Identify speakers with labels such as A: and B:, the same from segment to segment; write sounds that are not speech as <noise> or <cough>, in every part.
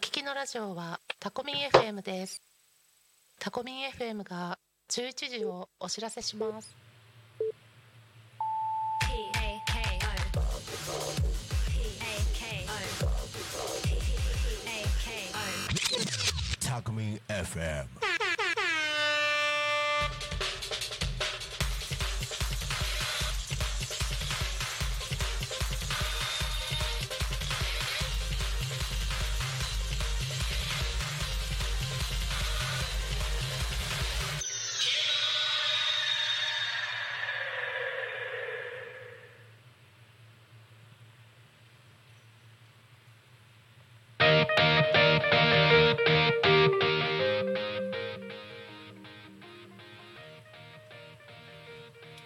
A: きのラジオはタコミン FM ですタコミン FM が11時をお知らせします
B: P-A-K-O. P-A-K-O. P-A-K-O.
C: Takumi FM.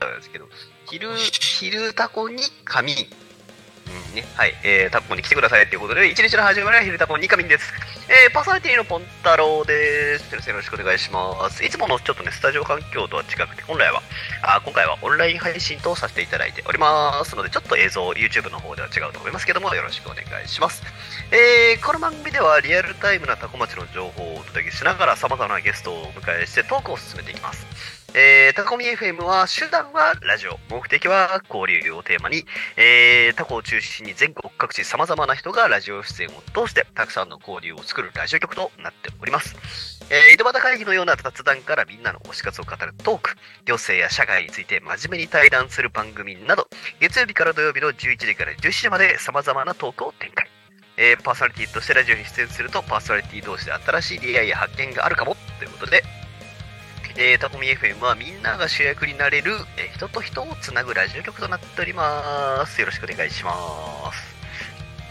D: なんですけど、昼、昼タコに仮眠。うんね、はい、えー、タコに来てくださいということで、一日の始まりは昼タコに仮眠です。えー、パーソナリティのポンタロウです。よろしくお願いします。いつものちょっとね、スタジオ環境とは違くて、本来は、あー今回はオンライン配信とさせていただいておりますので、ちょっと映像、YouTube の方では違うと思いますけども、よろしくお願いします。えー、この番組ではリアルタイムなタコ町の情報をお届けしながら、様々なゲストをお迎えしてトークを進めていきます。えー、タコミ FM は手段はラジオ目的は交流をテーマに、えー、タコを中心に全国各地さまざまな人がラジオ出演を通してたくさんの交流を作るラジオ局となっております、えー、井戸端会議のような雑談からみんなの推し活を語るトーク行政や社会について真面目に対談する番組など月曜日から土曜日の11時から17時までさまざまなトークを展開えーパーソナリティとしてラジオに出演するとパーソナリティ同士で新しい出会いや発見があるかもということでえー、タコミ FM はみんなが主役になれる、えー人と人をつなぐラジオ局となっております。よろしくお願いします。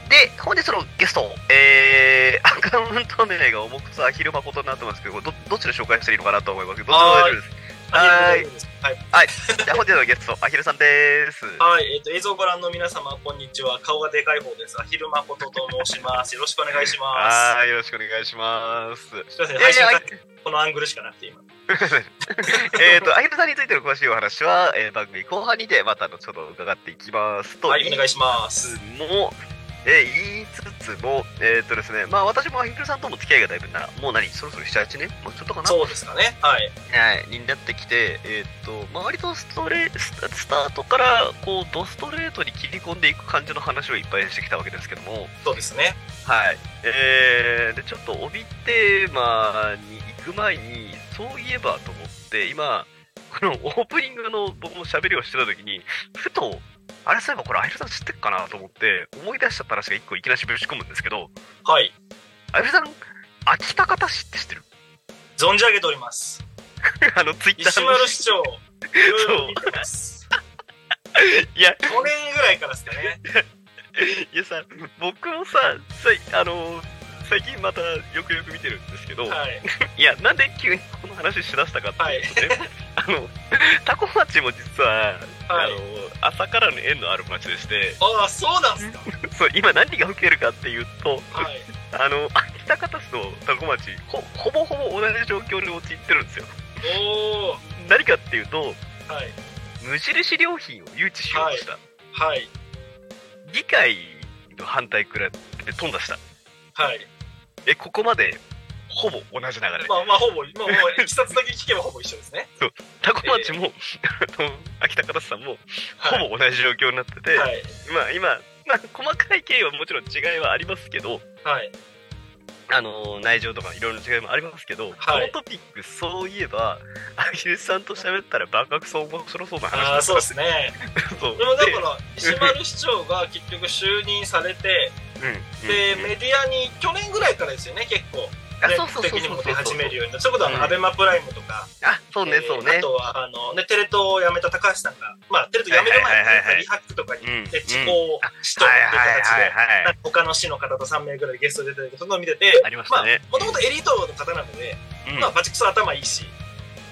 D: で、本日のゲスト、えー、アカウント名が重くさ、昼間ことになってますけど、どどっちで紹介したらいいのかなと思いますけど、どっちでも大丈夫です。は
E: は
D: ーい
E: い。
D: はい。じゃあ本日のゲスト、アヒルさんです。
E: はい。えっ、と、映像をご覧の皆様、こんにちは。顔がでかい方です。アヒルマコトと申します。よろしくお願いしま
D: はい、よろしくお願いします。
E: す。すいません。
D: いや
E: 配
D: い
E: 信
D: や
E: されてこのアングルしかなくて、今。 <laughs>
D: えっと、アヒルさんについての詳しいお話は、えー番組後半にて、また後ほど伺っていきますと。
E: はい、お願いしま
D: つ
E: す。
D: も、えー言いつつも、えーっとですね、まあ私もアヒルさんとも付き合いがだいぶな、もう何、そろそろ7、8年もうちょっとかな
E: そうですかね。はい。
D: はい、になってきて、えーっと、まあ割とストレス、スタートから、こう、ドストレートに切り込んでいく感じの話をいっぱいしてきたわけですけども、
E: そうですね。
D: はい。えー、で、ちょっと帯テーマに行く前に、そういえばと思って、今、このオープニングの僕も喋りをしてた時に、ふと、あれそういえばこれアヒルさん知ってっかなと思って、思い出しちゃった話が一個いきなりぶち込むんですけど、
E: はい。
D: アヒルさん、秋田方市って知ってる <laughs>
E: 存じ上げております。
D: あの、ツイッタ
E: 石
D: ーの。
E: 丸市長、いろいろ見てます。
D: いや、
E: 5年ぐらいからですかね。
D: いやさ、僕もさ、さあの、最近またよくよく見てるんですけど、
E: はい。
D: いや、なんで急にこの話しだしたかっていうとね、あの、 <laughs> タコ町も実は、
E: は
D: あの
E: い。
D: 朝からの縁のある町でして、
E: ああ、そうなんですか。
D: そう今何が起きてるかっていうと、
E: はい。
D: あの、秋田方市とタコ町ほ、ほぼほぼ同じ状況に陥ってるんですよ。
E: おー。
D: 何かっていうと、
E: はい。
D: 無印良品を誘致しようとした。
E: はい。
D: 議会の反対くらいで飛んだした。
E: はい。
D: え、ここまで、ほぼ同じ流れ。
E: まあまあ、ほぼ、まあ、もう、いきさつだけ聞けばほぼ一緒ですね。
D: タコ町も、 <laughs> あの秋田方市さんも、
E: はい
D: ほぼ同じ状況になってて、
E: はい。
D: まあ今、まあ、細かい経緯はもちろん違いはありますけど、
E: はい。
D: あのー内情とかいろいろな違いもありますけど、
E: はい
D: このトピック、そういえば、アヒルさんと喋ったら万学そう面白そうな話
E: ああ、そうですね。
D: そう
E: でもだから石丸市長が結局就任されて、
D: でうん
E: で
D: うん
E: メディアに去年ぐらいからですよね結構
D: あ
E: 全
D: そうそう
E: 国
D: そう
E: 的に
D: そう
E: も出始める
D: よ。
E: ようになそういうことはあ
D: うん
E: のアベマプライムとか、
D: あ、そうね
E: え、ー
D: そうね
E: あ。とはあの、ね、テレ東を辞めた高橋さんが、まあ、テレ東辞める前に
D: はいはいはいはい
E: リハックとかに
D: うん。うん
E: で地方市長っ
D: はい
E: ていう
D: はい
E: 形で。
D: はいはい。
E: 他の市の方と3名ぐらいゲストで出てて、そんなの見てて
D: ありましたね、
E: もともとエリートの方なので、
D: うん
E: まあ、パチクソ頭いいし、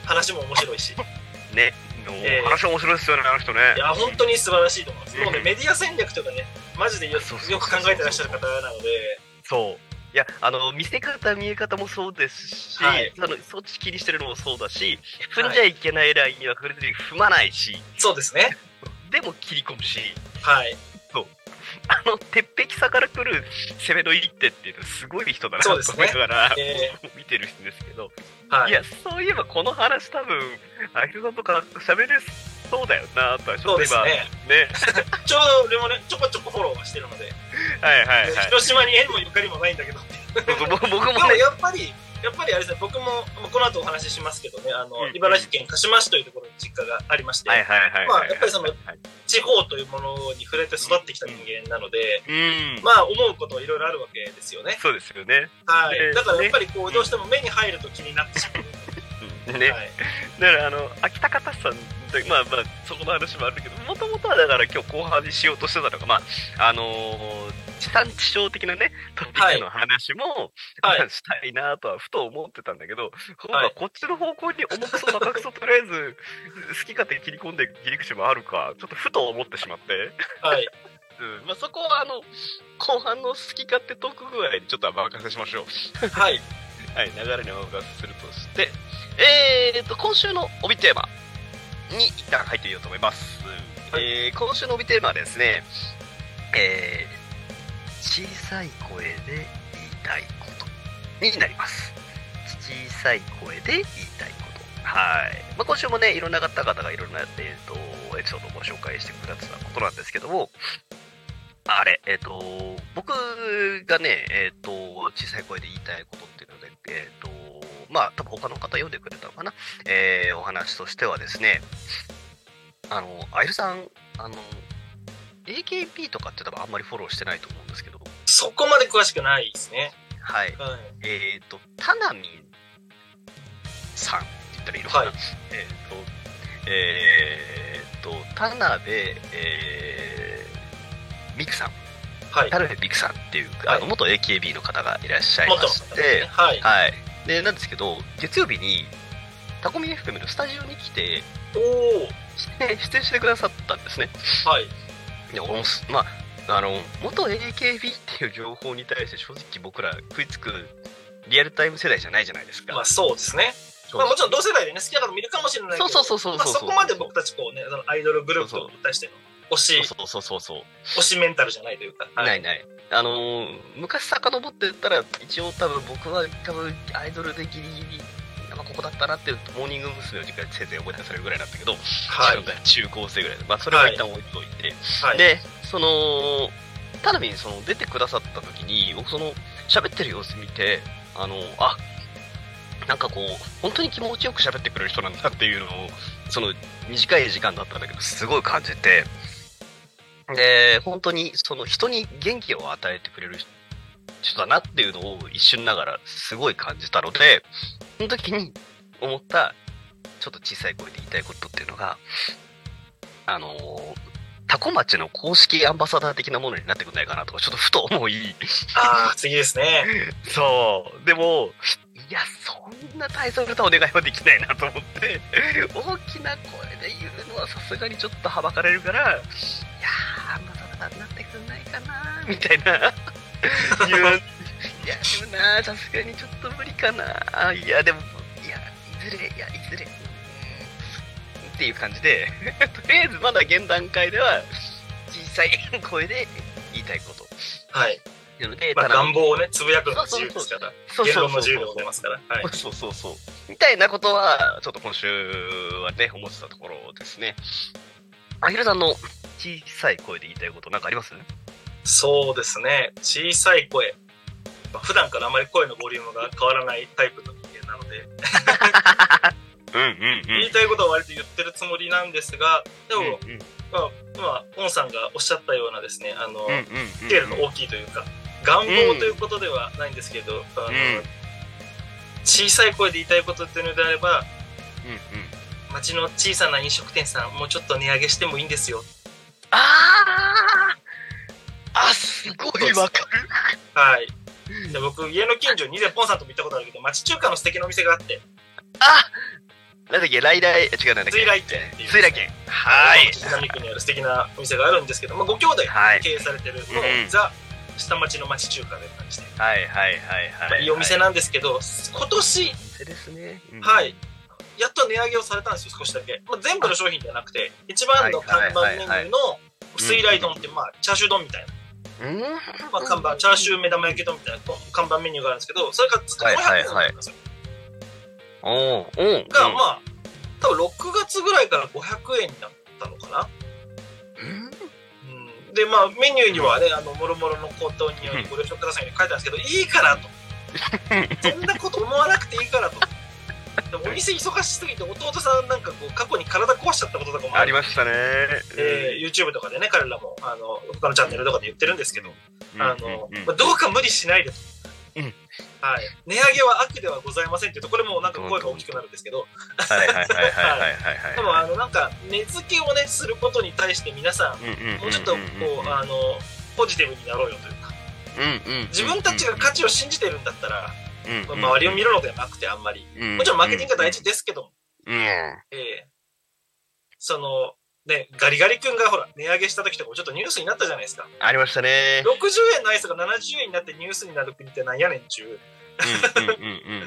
E: 話も面白いし、い
D: ね。の
E: えー
D: 話面白いですよね、あの人ね。
E: や、本当に素晴らしいと思います。
D: うん
E: もうね、メディア戦略とかね、マジでよ
D: そうそうそうそう
E: よく考えてらっしゃる方なので、
D: そう。いや、あの、見せ方、見え方もそうですし、
E: はい
D: あのそっち気にしてるのもそうだし、踏んじゃいけないラインには触れずに踏まないし、
E: そうですね。
D: でも切り込むし、
E: はい。
D: あの、鉄壁さから来る攻めの一手っていうのすごい人だなと
E: そう
D: 思
E: です
D: い
E: ね
D: ながら、
E: え
D: 見てるんですけど、、
E: ーはいい。
D: や、そういえばこの話多分、アヒルさんとか喋れそうだよなとは、ちょ
E: そ
D: っ
E: う
D: と
E: です
D: 今、ね
E: ね。ちょうど俺もね、ちょこちょこフォローはしてるので、
D: はいはいはい。
E: 広島に縁もゆかりもないんだけど。
D: そうそう僕僕もね
E: <laughs> でも、やっぱり、やっぱりあれですね、僕も、まあこの後お話ししますけどね、あの、
D: うんうん
E: 茨城県鹿嶋市というところに実家がありまして、
D: はいはいはいはい。
E: まあやっぱりその
D: はい
E: 地方というものに触れて育ってきた人間なので、
D: うん、
E: まあ思うこといろいろあるわけですよね。
D: そうですよね。
E: は
D: ね
E: い。だからやっぱりこう、どうしても目に入ると気になってしまう。
D: うんね、
E: はい。
D: だからあの秋田方さんでまあまあそこの話もあるけどもともとはだから今日後半にしようとしてたのがまああのー地産地消的なねトピックの話も、
E: はい
D: まあしたいなとはふと思ってたんだけど、
E: はい
D: まあこっちの方向に重くそ高くそとりあえず好き勝手切り込んでいく切り口もあるかちょっとふと思ってしまって、
E: はい。
D: うんまあ、そこはあの後半の好き勝手トーク具合にちょっとは任せしましょう。 <laughs>
E: はい。
D: はい、流れにお任せするとして、えーと、今週の帯テーマに一旦入っていようと思います。
E: はい
D: えー今週の帯テーマはですね、えー小さい声で言いたいことになります。小さい声で言いたいこと。はい。まあ、今週もね、いろんな方々がいろんな、えー、とエピソードをご紹介してくださったことなんですけども、あれ、えっ、と、僕がね、えっ、と、小さい声で言いたいことっていうので、えっ、と、まあ、多分他の方読んでくれたのかな、えーお話としてはですね、あの、あゆるさん、あの、AKB とかって多分あんまりフォローしてないと思うんですけど、
E: そこまで詳しくないですね。
D: はい。
E: はい。
D: えっ、と、タナミンさんって言ったらいいのかな、
E: はい
D: えっ、と、えっ、と、田辺、えー、ミクさん。
E: はい。
D: 田辺美久さんっていう、
E: はい
D: あの元 AKB の方がいらっしゃい
E: もっ
D: ま
E: と
D: し
E: も
D: て、
E: はい。
D: はい、でなんですけど月曜日にタコミ FM のスタジオに来て
E: お
D: 出演出演してくださったんですね
E: お。はい。
D: で俺もすまああの元 AKB っていう情報に対して正直僕ら食いつくリアルタイム世代じゃないじゃないですか、
E: まあそうですね。
D: そう
E: まあもちろん同世代でね、好きだから見るかもしれないけ
D: そ
E: ど、
D: うそうそうそう
E: ま
D: う
E: あ、そこまで僕たちこうね、そのアイドルグループに対しての推し、
D: そうそうそうそう
E: 推しメンタルじゃないというか。は
D: ないない。あのー、昔遡ってったら、一応多分僕は多分アイドルでギリギリ、まあここだったなっていう、モーニング娘。の時間せいぜい思い出されるぐらいだったけど、
E: はい。
D: 自分が中高生ぐらいで、まあそれは一旦置いといて、
E: はい。
D: で、その、田辺にその出てくださった時に、僕その、喋ってる様子見て、あの、あ、なんかこう、本当に気持ちよく喋ってくれる人なんだっていうのを、その、短い時間だったんだけど、すごい感じて、で、本当にその人に元気を与えてくれる人だなっていうのを一瞬ながらすごい感じたので、その時に思った、ちょっと小さい声で言いたいことっていうのが、あのタコ町の公式アンバサダー的なものになってくんないかなとか、ちょっとふと思い。
E: ああ、次ですね。
D: そう。でも、いや、そんな大層なお願いはできないなと思って、 <laughs> 大きな声で言うのはさすがにちょっとはばかれるから、いやー、アンバサダーになってくんないかなみたいな。言う
E: <laughs>
D: いや、でもなー、さすがにちょっと無理かなー。いや、でも、いや、いずれ、いや、いずれ。うんっていう感じで、 <laughs> とりあえずまだ現段階では、小さい声で言いたいこと。
E: はい。
D: なので、
E: まあ
D: ただ
E: 願望をね、つぶやくのが自由ですから、
D: そう
E: 言
D: そ
E: 論
D: う
E: の
D: そう
E: 自由で
D: そ
E: ご
D: う
E: ざいますから。はい。
D: <laughs> そうそうそう。みたいなことは、ちょっと今週はね、思ってたところですね。あひるさんの小さい声で言いたいことなんかあります
E: そうですね。小さい声。まあ、普段からあまり声のボリュームが変わらないタイプの人間なので、
D: うんうん
E: 言いたいことは割と言ってるつもりなんですが、でも、
D: うんうん
E: まあ、今、オンさんがおっしゃったようなですね、あの、
D: うん
E: スケールの大きいというか、願望ということではないんですけど、あの小さい声で言いたいことっていうのであれば、町の小さな飲食店さん、もうちょっと値上げしてもいいんですよ。
D: あああ、すごいわかる。
E: はい。で僕、家の近所に以前、ポンさんとも行ったことあるけど、町中華の素敵なお店があって、
D: あなんだっけ、ライライ、違うなんだっけ。
E: 水来軒っていう
D: 水来軒。はい。
E: 南区にある素敵なお店があるんですけど、まあ、ご兄弟が
D: はい。
E: 経営されてる、もう
D: うん
E: ザ、下町の町中華で感じて、
D: はいはいはい
E: まあ
D: はいい。
E: いお店なんですけど、今年、
D: お店ですね。
E: はい。やっと値上げをされたんですよ、少しだけ。まあ、全部の商品ではなくて、一番の看板メニューの水来丼って、まあ、チャーシュー丼みたいな
D: うん。
E: まあ、看板、チャーシュー目玉焼き丼みたいなこう看板メニューがあるんですけど、それがずっと500
D: はい
E: 円
D: はいはい
E: なんですよ。
D: おうおう。
E: が、まあ、多分6月ぐらいから500円になったのかな。
D: うん
E: うん、で、まあ、メニューにはね、あの、もろもろの高騰によりご了承くださいに書いてあるんですけど、いいから
D: <laughs>
E: と。そんなこと思わなくていいからと。でもお店忙しすぎて、弟さんなんかこう、過去に体壊しちゃったこととかも
D: あ
E: あ
D: り
E: る。
D: ましたね。
E: えー YouTube とかでね、彼らも、あの、他のチャンネルとかで言ってるんですけど、
D: うん
E: あの
D: うんうん
E: まあどうか無理しないでと、
D: うん
E: はい、値上げは悪ではございませんっていうと、これもなんか声が大きくなるんですけど、
D: はいはいはいはいはいはい。
E: でもあのなんか値付けをね、することに対して皆さ
D: うんうんうんうんうん
E: ん、もうちょっとこう、あのポジティブになろうよというか、
D: うんうん
E: 自分たちが価値を信じてるんだったら、まあ周りを見ろのではなくて、あんまり、
D: うん
E: もちろんマーケティングが大事ですけども、
D: うん
E: えーその、ね、ガリガリ君がほら、値上げした時とかもちょっとニュースになったじゃないですか。
D: ありましたね
E: 60円のアイスが70円になってニュースになる国ってなんやねんちゅう。
D: うんうんうん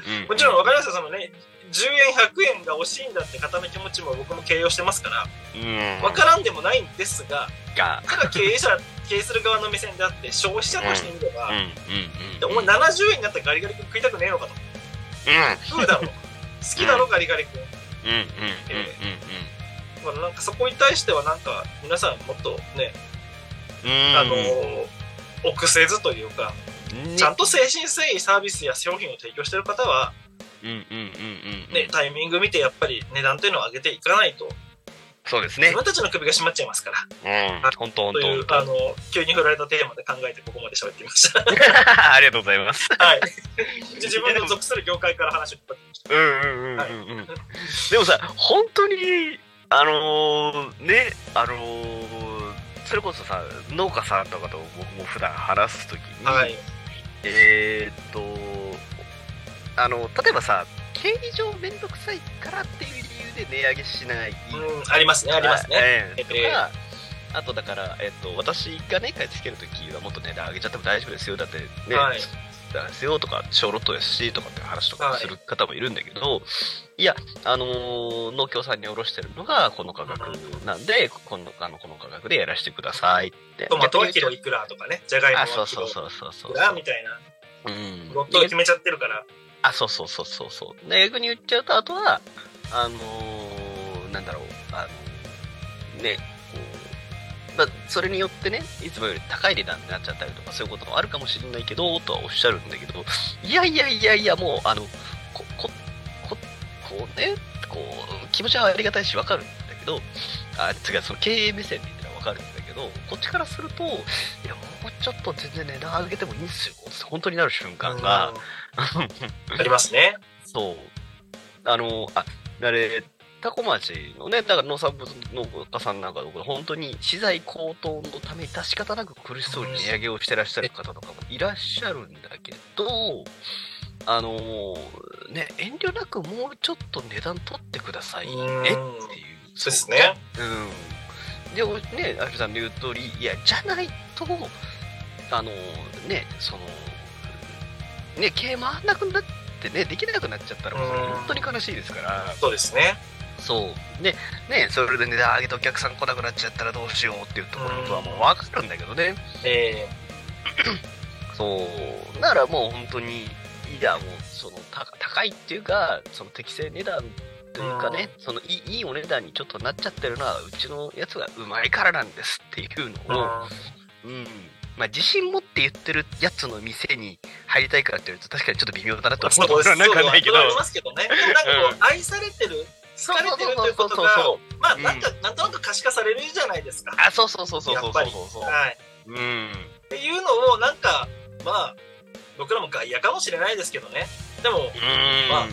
D: うんうん
E: もちろん分かりますよ、そのね、10円、100円が惜しいんだって方の気持ちも僕も形容してますから、
D: うん
E: 分からんでもないんですが、
D: が
E: ただ経営者、経営する側の目線であって、消費者としてみれば、
D: うんうん
E: でお
D: うんう
E: 前
D: ん
E: 70円になったらガリガリ君食いたくねえのかと、食うだろう、好きだろ、ガリガリ君。
D: うんうんうん
E: まあなんかそこに対しては、なんか皆さんもっとね、
D: うんうん
E: あの臆せずというか、ちゃんと誠心誠意サービスや商品を提供してる方は、
D: うんうんうんうん
E: ね、タイミング見てやっぱり値段というのを上げていかないと、
D: そうです
E: 自
D: ね
E: 分たちの首が絞まっちゃいますから。
D: うん本当本
E: と
D: 当
E: いう
D: 本、
E: あの、急に振られたテーマで考えてここまで喋ってみました。
D: 当ありがとうございます <laughs>
E: はい。自分の属する業界から話を引っ張ってき
D: うんうんうんうんうんでもさ本当にあのーねあのーそれこそさ農家さんとかと僕も普段話すときに、
E: ました。はい。
D: えーっとあの例えばさ経理上めんどくさいからっていう理由で値上げしない、
E: うん、ありますね、ありますね。
D: ええとか、
E: え
D: あとだから、えっと、私がね、買い付けるときはもっと値段上げちゃっても大丈夫ですよ、だってね、
E: はい
D: だからですよとか、小ロットですしとかって話とか
E: はい
D: する方もいるんだけど、い、や、あのー農協さんに卸してるのがこの価格なんで、このあのこの価格でやらせてくださいって。
E: トマトはキロいくらとかね、じゃがいも
D: あ、
E: は
D: そう
E: キ
D: そ
E: ロ
D: う
E: い
D: そうそうそう
E: く。らみたいな、
D: うん
E: ロットを決めちゃってるから。
D: あ、そうそうそうそうそう。で、逆に言っちゃうと、あとは、あのーなんだろう、あのーね、こう、まあ、それによってね、いつもより高い値段になっちゃったりとか、そういうこともあるかもしれないけど、とはおっしゃるんだけど、いやいやいやいや、もう、あの、こ、こ、こ、こうね、こう、気持ちはありがたいし、わかるんだけど、あ、違う、その経営目線で言ったらわかるんだけど、こっちからすると、いや、もうちょっと全然値段上げてもいいんすよ、って本当になる瞬間が、
E: うんありますね。
D: そう。あの、あ、あれ、タコ町のね、だから農産物農家さんなんかの、本当に資材高騰のために、出し方なく苦しそうに値上げをしてらっしゃる方とかもいらっしゃるんだけど、あのね、遠慮なくもうちょっと値段取ってくださいね
E: うん
D: っていう。
E: そうですね。
D: うん。で、おね、アルさんの言う通り、いや、じゃないと、あの、ね、その、ね、経営回んなくなってね、できなくなっちゃったら、
E: うん
D: 本当に悲しいですから、
E: そうですね。
D: そう。で、ね、それで値段上げてお客さん来なくなっちゃったらどうしようっていうところとはもう分かるんだけどね。
E: え
D: そう。ならもう本当に、いや、もう、その、た高いっていうか、その適正値段というかね、そのいい、いいお値段にちょっとなっちゃってるのは、うちのやつがうまいからなんですっていう
E: ーう
D: のを、
E: ん
D: うん。まあ、自信持って言ってるやつの店に入りたいからって言うと、確かにちょっと微妙だなと思うところはなんかないけど
E: そう。ありますけどね。でもなんかこう、愛されてる、好かれてるということが、まあ、
D: うん
E: なんか、なんとなく可視化されるじゃないですか。
D: あ、そうそうそうそうそう
E: やっぱり
D: そうそう。
E: はい。
D: うん。
E: っていうのをなんかまあ僕らも外野かもしれないですけどねでもまあ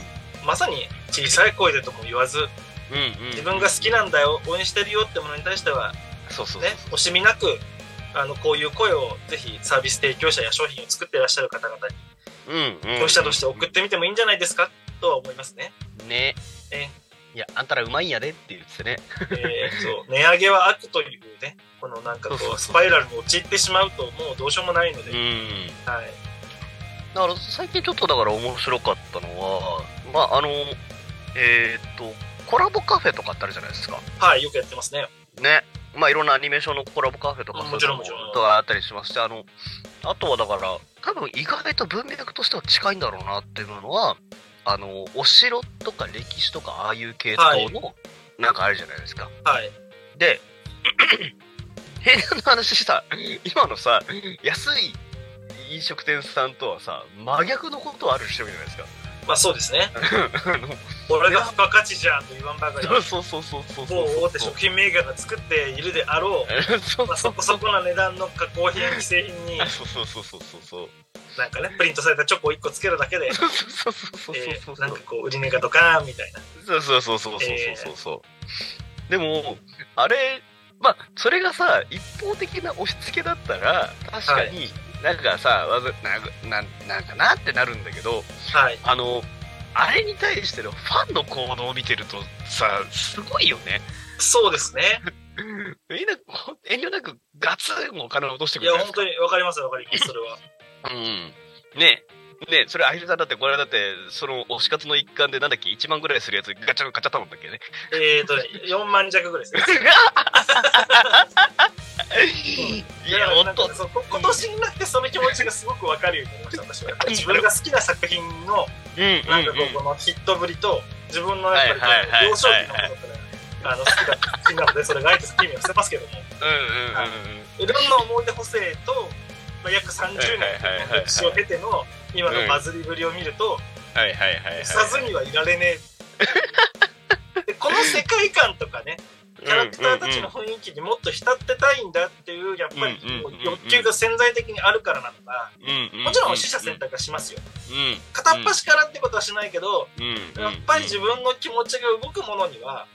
E: まさに小さい声でとも言わず
D: うん。
E: 自分が好きなんだよ応援してるよってものに対してはね
D: そうそうそう。
E: 惜しみなくあのこういう声をぜひサービス提供者や商品を作ってらっしゃる方々に
D: うん。
E: 消費者として送ってみてもいいんじゃないですかとは思いますね。
D: <laughs> ね。
E: え
D: いや、あんたらうまいんやでって言ってね。
E: えーそう値上げは悪というねこのなんかこ
D: そうそうそう
E: うスパイラルに陥ってしまうともうどうしようもないので、
D: うん。
E: はい、
D: だから最近ちょっとだから面白かったのは、まああの、えーっと、コラボカフェとかってあるじゃないですか。
E: はい、よくやってますね。
D: ね。まあ、いろんなアニメーションのコラボカフェとか
E: うん
D: そういうの
E: もちろんもちろん
D: とかあったりしますし、あの、あとはだから、多分意外と文脈としては近いんだろうなっていうのは、あの、お城とか歴史とか、ああいう系統の、なんかあるじゃないですか。
E: はい。
D: で、 <clears throat> 平安の話した、今のさ、安い飲食店さんとはさ、真逆のことある人じゃないですか。
E: まあそうですね。
D: あの
E: 俺が付加価値じゃんと言わんばかり
D: そうそうそうそうそう
E: 某
D: そう
E: 大手食品メーカーが作っているであろう、
D: そう
E: まあ、そこそこな値段の加工品、既製品に、
D: <laughs> そうそうそうそうそう
E: なんかね、プリントされたチョコ1個つけるだけ
D: <laughs>
E: で、
D: そうそうそうそうそう
E: え
D: そう
E: ーなんかこう、売り値がドカーンみたいな。
D: そうそうそうそうそうそうそうでもあれまあそれがさ一方的な押し付けだったら確かになんかさわざなんかなんなんかなってなるんだけど
E: はい。
D: あのあれに対してのファンの行動を見てるとさすごいよね
E: そうで
D: <laughs>
E: すね。
D: みんなほん遠慮なくガツンお金を落として
E: い
D: くる
E: や
D: じゃ、ないですか
E: 本当にわかりますわかります、そ
D: <laughs>
E: れは。
D: うん。ねえ。ねえ、それアヒルさんだって、これだって、その推し活の一環で、なんだっけ、1万ぐらいするやつガチャガチャ頼んだっけね。
E: えーとね、4万弱ぐら
D: <laughs>
E: いですね。
D: いや、ほんと。
E: そうこ今年になってその気持ちがすごくわかるようになりました、私は。やっぱり自分が好きな作品の、
D: うんうん
E: なんかこ
D: うん
E: う、このヒットぶりと、自分のやっぱ
D: はいはいはい
E: りこう、幼少期のものとかねあの好きな作品なので、それがあえて好きにはしてますけども、
D: う
E: いろんな思い出補正と、まあ、約30年の歴史を経ての、今のバズりぶりを見る
D: ん。
E: と、
D: はいはいはいはい。
E: さずにはいられねえ。でこの世界観とかね、キャラクターたちの雰囲気にもっと浸ってたいんだっていう、やっぱりこ
D: うんうんうんう
E: うん欲求が潜在的にあるからなのか、
D: うんうん、
E: もちろん死者選択はしますよ。
D: うん。
E: 片っ端からってことはしないけど、
D: うんうんうん、
E: やっぱり自分の気持ちが動くものには、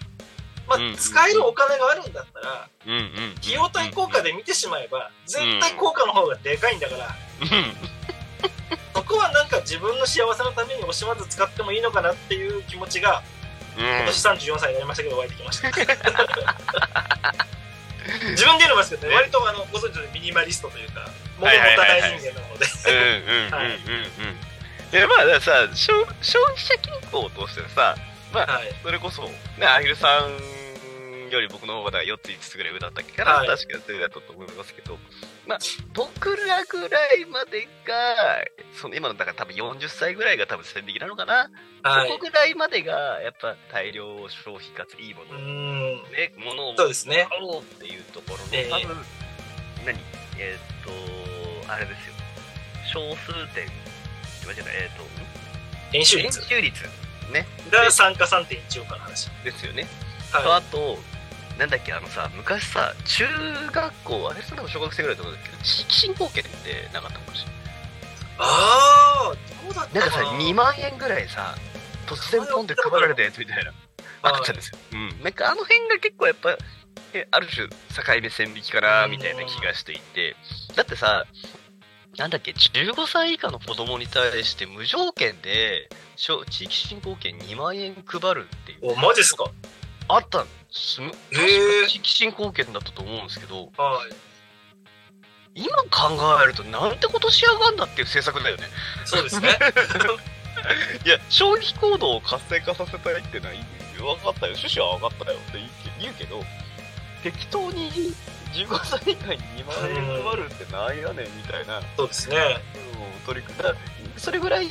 E: ま
D: うんうん
E: あ、使えるお金があるんだったら、
D: うんうんうん、
E: 費用対効果で見てしまえば、絶対効果の方がでかいんだから、
D: うん
E: そこはなんか自分の幸せのために惜しまず使ってもいいのかなっていう気持ちが、今年34歳になりましたけど、湧いてき
D: <laughs>
E: ました。 <laughs> 自分で言うのもですけどね、割とあのご存知のミニマリストというか、物
D: は
E: も
D: いはい
E: た
D: はい
E: な
D: はい
E: い人間なので、
D: うんうんうんうんうんいやまあだからさ消消費者均衡を通してさまあ、
E: はい
D: それこそねアヒルさんより僕の方が4つ5つぐらい上だったっけかな、
E: はい
D: 確かにそれだったと思いますけどまあ僕らぐらいまでがその今のだから多分40歳ぐらいが多分戦的なのかな、
E: はい
D: そこぐらいまでがやっぱ大量消費かついいもの
E: う、ーん、
D: ねものを
E: そうですね。
D: 買おうっていうところの、
E: ええ
D: 多分何えーっとあれですよ少数点間違えたえーっと
E: 練習
D: 円
E: 率
D: 周率ね
E: が参加3.1億の話。
D: ですよね、と
E: は
D: あとなんだっけあのさ昔さ中学校あれそんなの小学生ぐらいだと思うんだけど地域振興券ってなかったかもしれ
E: い、ああ、どうだっ
D: な
E: た
D: いなんかさ2万円ぐらいさ突然ポンって配られたやつみたいなあったんですよ、うん、なんかあの辺が結構やっぱえある種境目線引きかなみたいな気がしていてだってさなんだっけ15歳以下の子供に対して無条件で小地域振興券2万円配るっていう
E: お、マジっすか
D: あったんですむ
E: へ
D: 確
E: ー
D: か地域振興券だったと思うんですけど
E: はい。
D: 今考えるとなんてことしやがんだっていう政策だよね
E: そうです
D: <laughs>
E: ね。
D: いや消費行動を活性化させたいっていうのは分かったよ趣旨は分かったよって言うけど適当に15歳以下に2万円配るってなんやねんみたいな、うん、
E: そうですね。
D: 取り組んだそれぐらい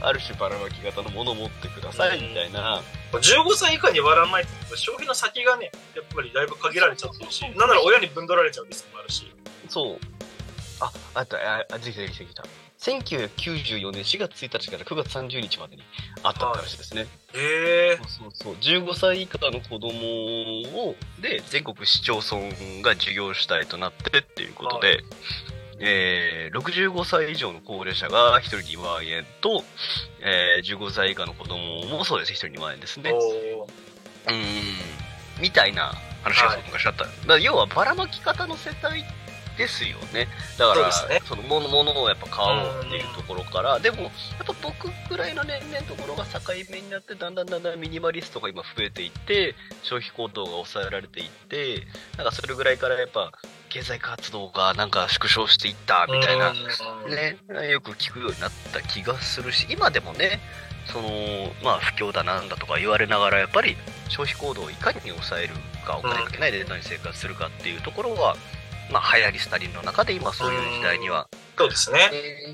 D: ある種ばらまき型のものを持ってくださいみたいな、
E: 15歳以下に割らないと、消費の先がね、やっぱりだいぶ限られちゃってるし、なんなら親に分取られちゃうリスクもあるし。
D: そう。あ、あった、あ、あできた、できた、できた。1994年4月1日から9月30日までにあったって話ですね。
E: へえ。
D: そうそうそう。15歳以下の子供を、で、全国市町村が授業主体となってっていうことで、えー、65歳以上の高齢者が1人2万円と、えー、15歳以下の子供もそうです、1人2万円ですね。
E: おー
D: うーんみたいな話がそう昔あった、だから要はばらまき方の世帯ですよねだから
E: そ
D: そう
E: です
D: の
E: ね
D: ものものをやっぱ買おうっていうところからでもやっぱ僕くらいの年齢のところが境目になってだんだんだんだんミニマリストが今増えていって消費行動が抑えられていってなんかそれぐらいからやっぱ経済活動がなんか縮小していったみたいな
E: うん
D: ね、よく聞くようになった気がするし今でもねそのまあ不況だなんだとか言われながらやっぱり消費行動をいかに抑えるかお金かけないで何生活するかっていうところは、まあ、流行り廃りの中で今そういう時代には、
E: そうですね。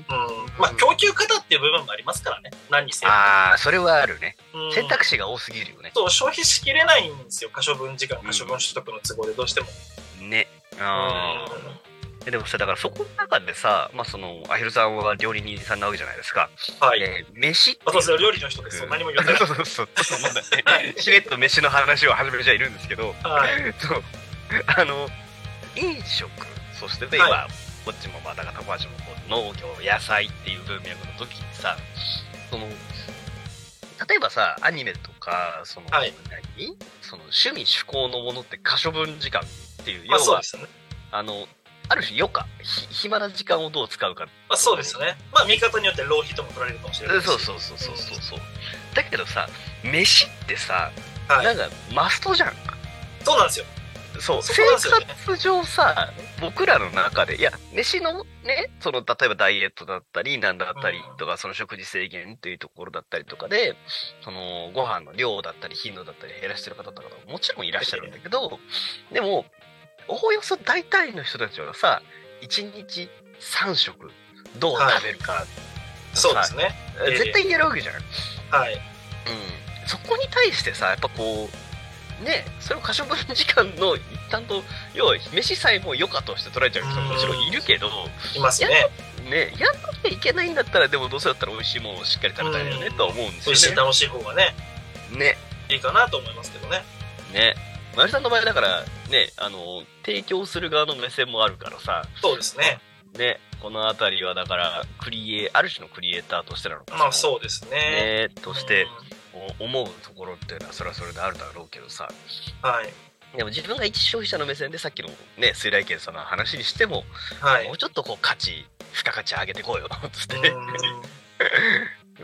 E: うん。まあ、供給方っていう部分もありますからね。何にせよ。
D: ああそれはあるね
E: うん
D: 選択肢が多すぎるよね、
E: そう、消費しきれないんですよ。可処分時間、可処分取得の都合でどうしても。
D: ねあーえでもさだからそこの中でさ、まあ、そのアヒルさんは料理人さんなわけじゃないですか、
E: はい。
D: えー飯ってい
E: 私は料理の人です。何も言わな
D: <laughs>
E: い
D: そ。うそうそうそうそうまだねしれっと飯の話を始めちゃいるんですけど
E: はい。
D: そう <laughs> あの飲食そしてね今、
E: は
D: こっちもまあだから友達もこう農業野菜っていう文脈の時にさその例えばさアニメとかその、
E: はい
D: 何その趣味趣向のものって可処分時間っていう要
E: まあ、そう
D: は
E: ですよね。
D: あのある種余暇ひ暇な時間をどう使うか
E: まあ、そうですよね。まあ、見方によって浪費とも取られるかもしれないし
D: そうそうそうそうそうそうだけどさ飯ってさ、
E: はい
D: なんかマストじゃん
E: そうなんですよ。
D: そう
E: そ
D: 生
E: こなんですよね
D: 活上さ僕らの中でいや飯のねその例えばダイエットだったりなんだったり
E: うん
D: とか、その食事制限っていうところだったりとかでそのご飯の量だったり頻度だったり減らしてる方とかももちろんいらっしゃるんだけどでもおおよそ大体の人たちはさ1日3食どう食べるか、
E: そうですね。い
D: 絶対言えるわけじゃん。
E: はい。
D: うん、そこに対してさやっぱこうねそれを可処分時間の一端と要は飯さえも余暇として捉えちゃう人ももちろんいるけど、
E: いますね。
D: ね、やんなきゃいけないんだったらでもどうせだったら美味しいものをしっかり食べたいよね、
E: うん
D: とは思うんです
E: 美味し
D: よ
E: い楽しい方がね、
D: ね。ね
E: いいかなと思いますけどね。
D: ねまゆりさんの場合だからねあの提供する側の目線もあるからさ
E: そうですね。
D: ねこの辺りはだからクリエある種のクリエイターとしてなのか
E: まあ、
D: う
E: そうですね。
D: ねとして
E: うん
D: お思うところっていうのはそれはそれであるだろうけどさ
E: はい。
D: でも自分が一消費者の目線でさっきのね水来県さんの話にしても、
E: は
D: も
E: い。
D: うちょっとこう価値付加価値上げてこうよっつっ
E: う
D: て、
E: ん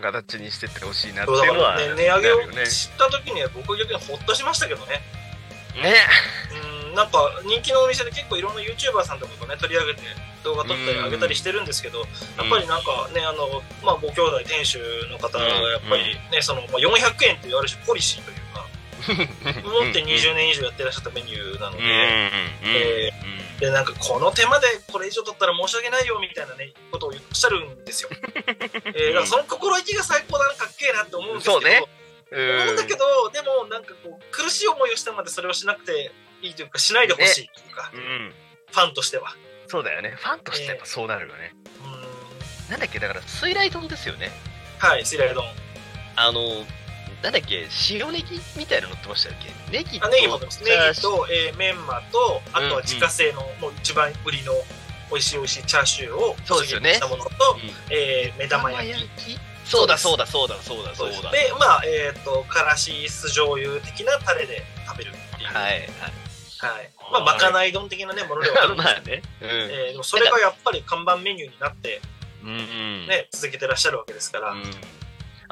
D: 形にしてってほしいなって
E: そうだ
D: い
E: か
D: うのは
E: らね、値上げ
D: なるよね
E: を知った時には僕は逆にほっとしましたけどね。
D: ね
E: うん、なんか人気のお店で結構いろんな YouTuber さんとかがね取り上げて動画撮ったり上げたりしてるんですけどやっぱりなんかねあの、まあ、ご兄弟店主の方がやっぱりね、そのまあ、400円っていうある種ポリシーというか持って20年以上やってらっしゃったメニューなの
D: う
E: で。
D: んうんうん
E: えでなんかこの手間でこれ以上取ったら申し訳ないよみたいなねことをおっしゃる
D: <laughs>
E: んですよ。えー、だからその心意気が最高だなかっけえなって思うんですけど
D: そうねうん
E: 思うんだけどでもなんかこう苦しい思いをしてまでそれをしなくていいというかしないでほしいというか、
D: うん
E: ファンとしては。
D: そうだよねファンとしてやっぱそうなるよね、
E: うーん
D: なんだっけだから水来丼ですよね
E: はい、スイライドン。
D: あのなんだっけ塩ネギみたいなの乗ってましたっけネギと
E: あ、ネギも持ってます。ネギと、えーメンマと、あとは自家製の、もう一番売りの美味しい美味しいチャーシューを
D: そうですよね
E: 細切りにしたものと、
D: うん
E: えー目玉焼き。
D: きそうだそうだそうだそうだ
E: そ
D: そうう
E: です
D: だ
E: で、まあ、えっ、と、からし酢醤油的なタレで食べるっていう。。
D: はいい
E: はい。ま <laughs> あ、まかない丼的なね、ものではあ
D: は
E: る
D: い <laughs>
E: んで
D: まあ
E: すけど、
D: ね
E: えーでもそれがやっぱり看板メニューになって、
D: うんうん
E: ね、続けてらっしゃるわけですから。
D: うん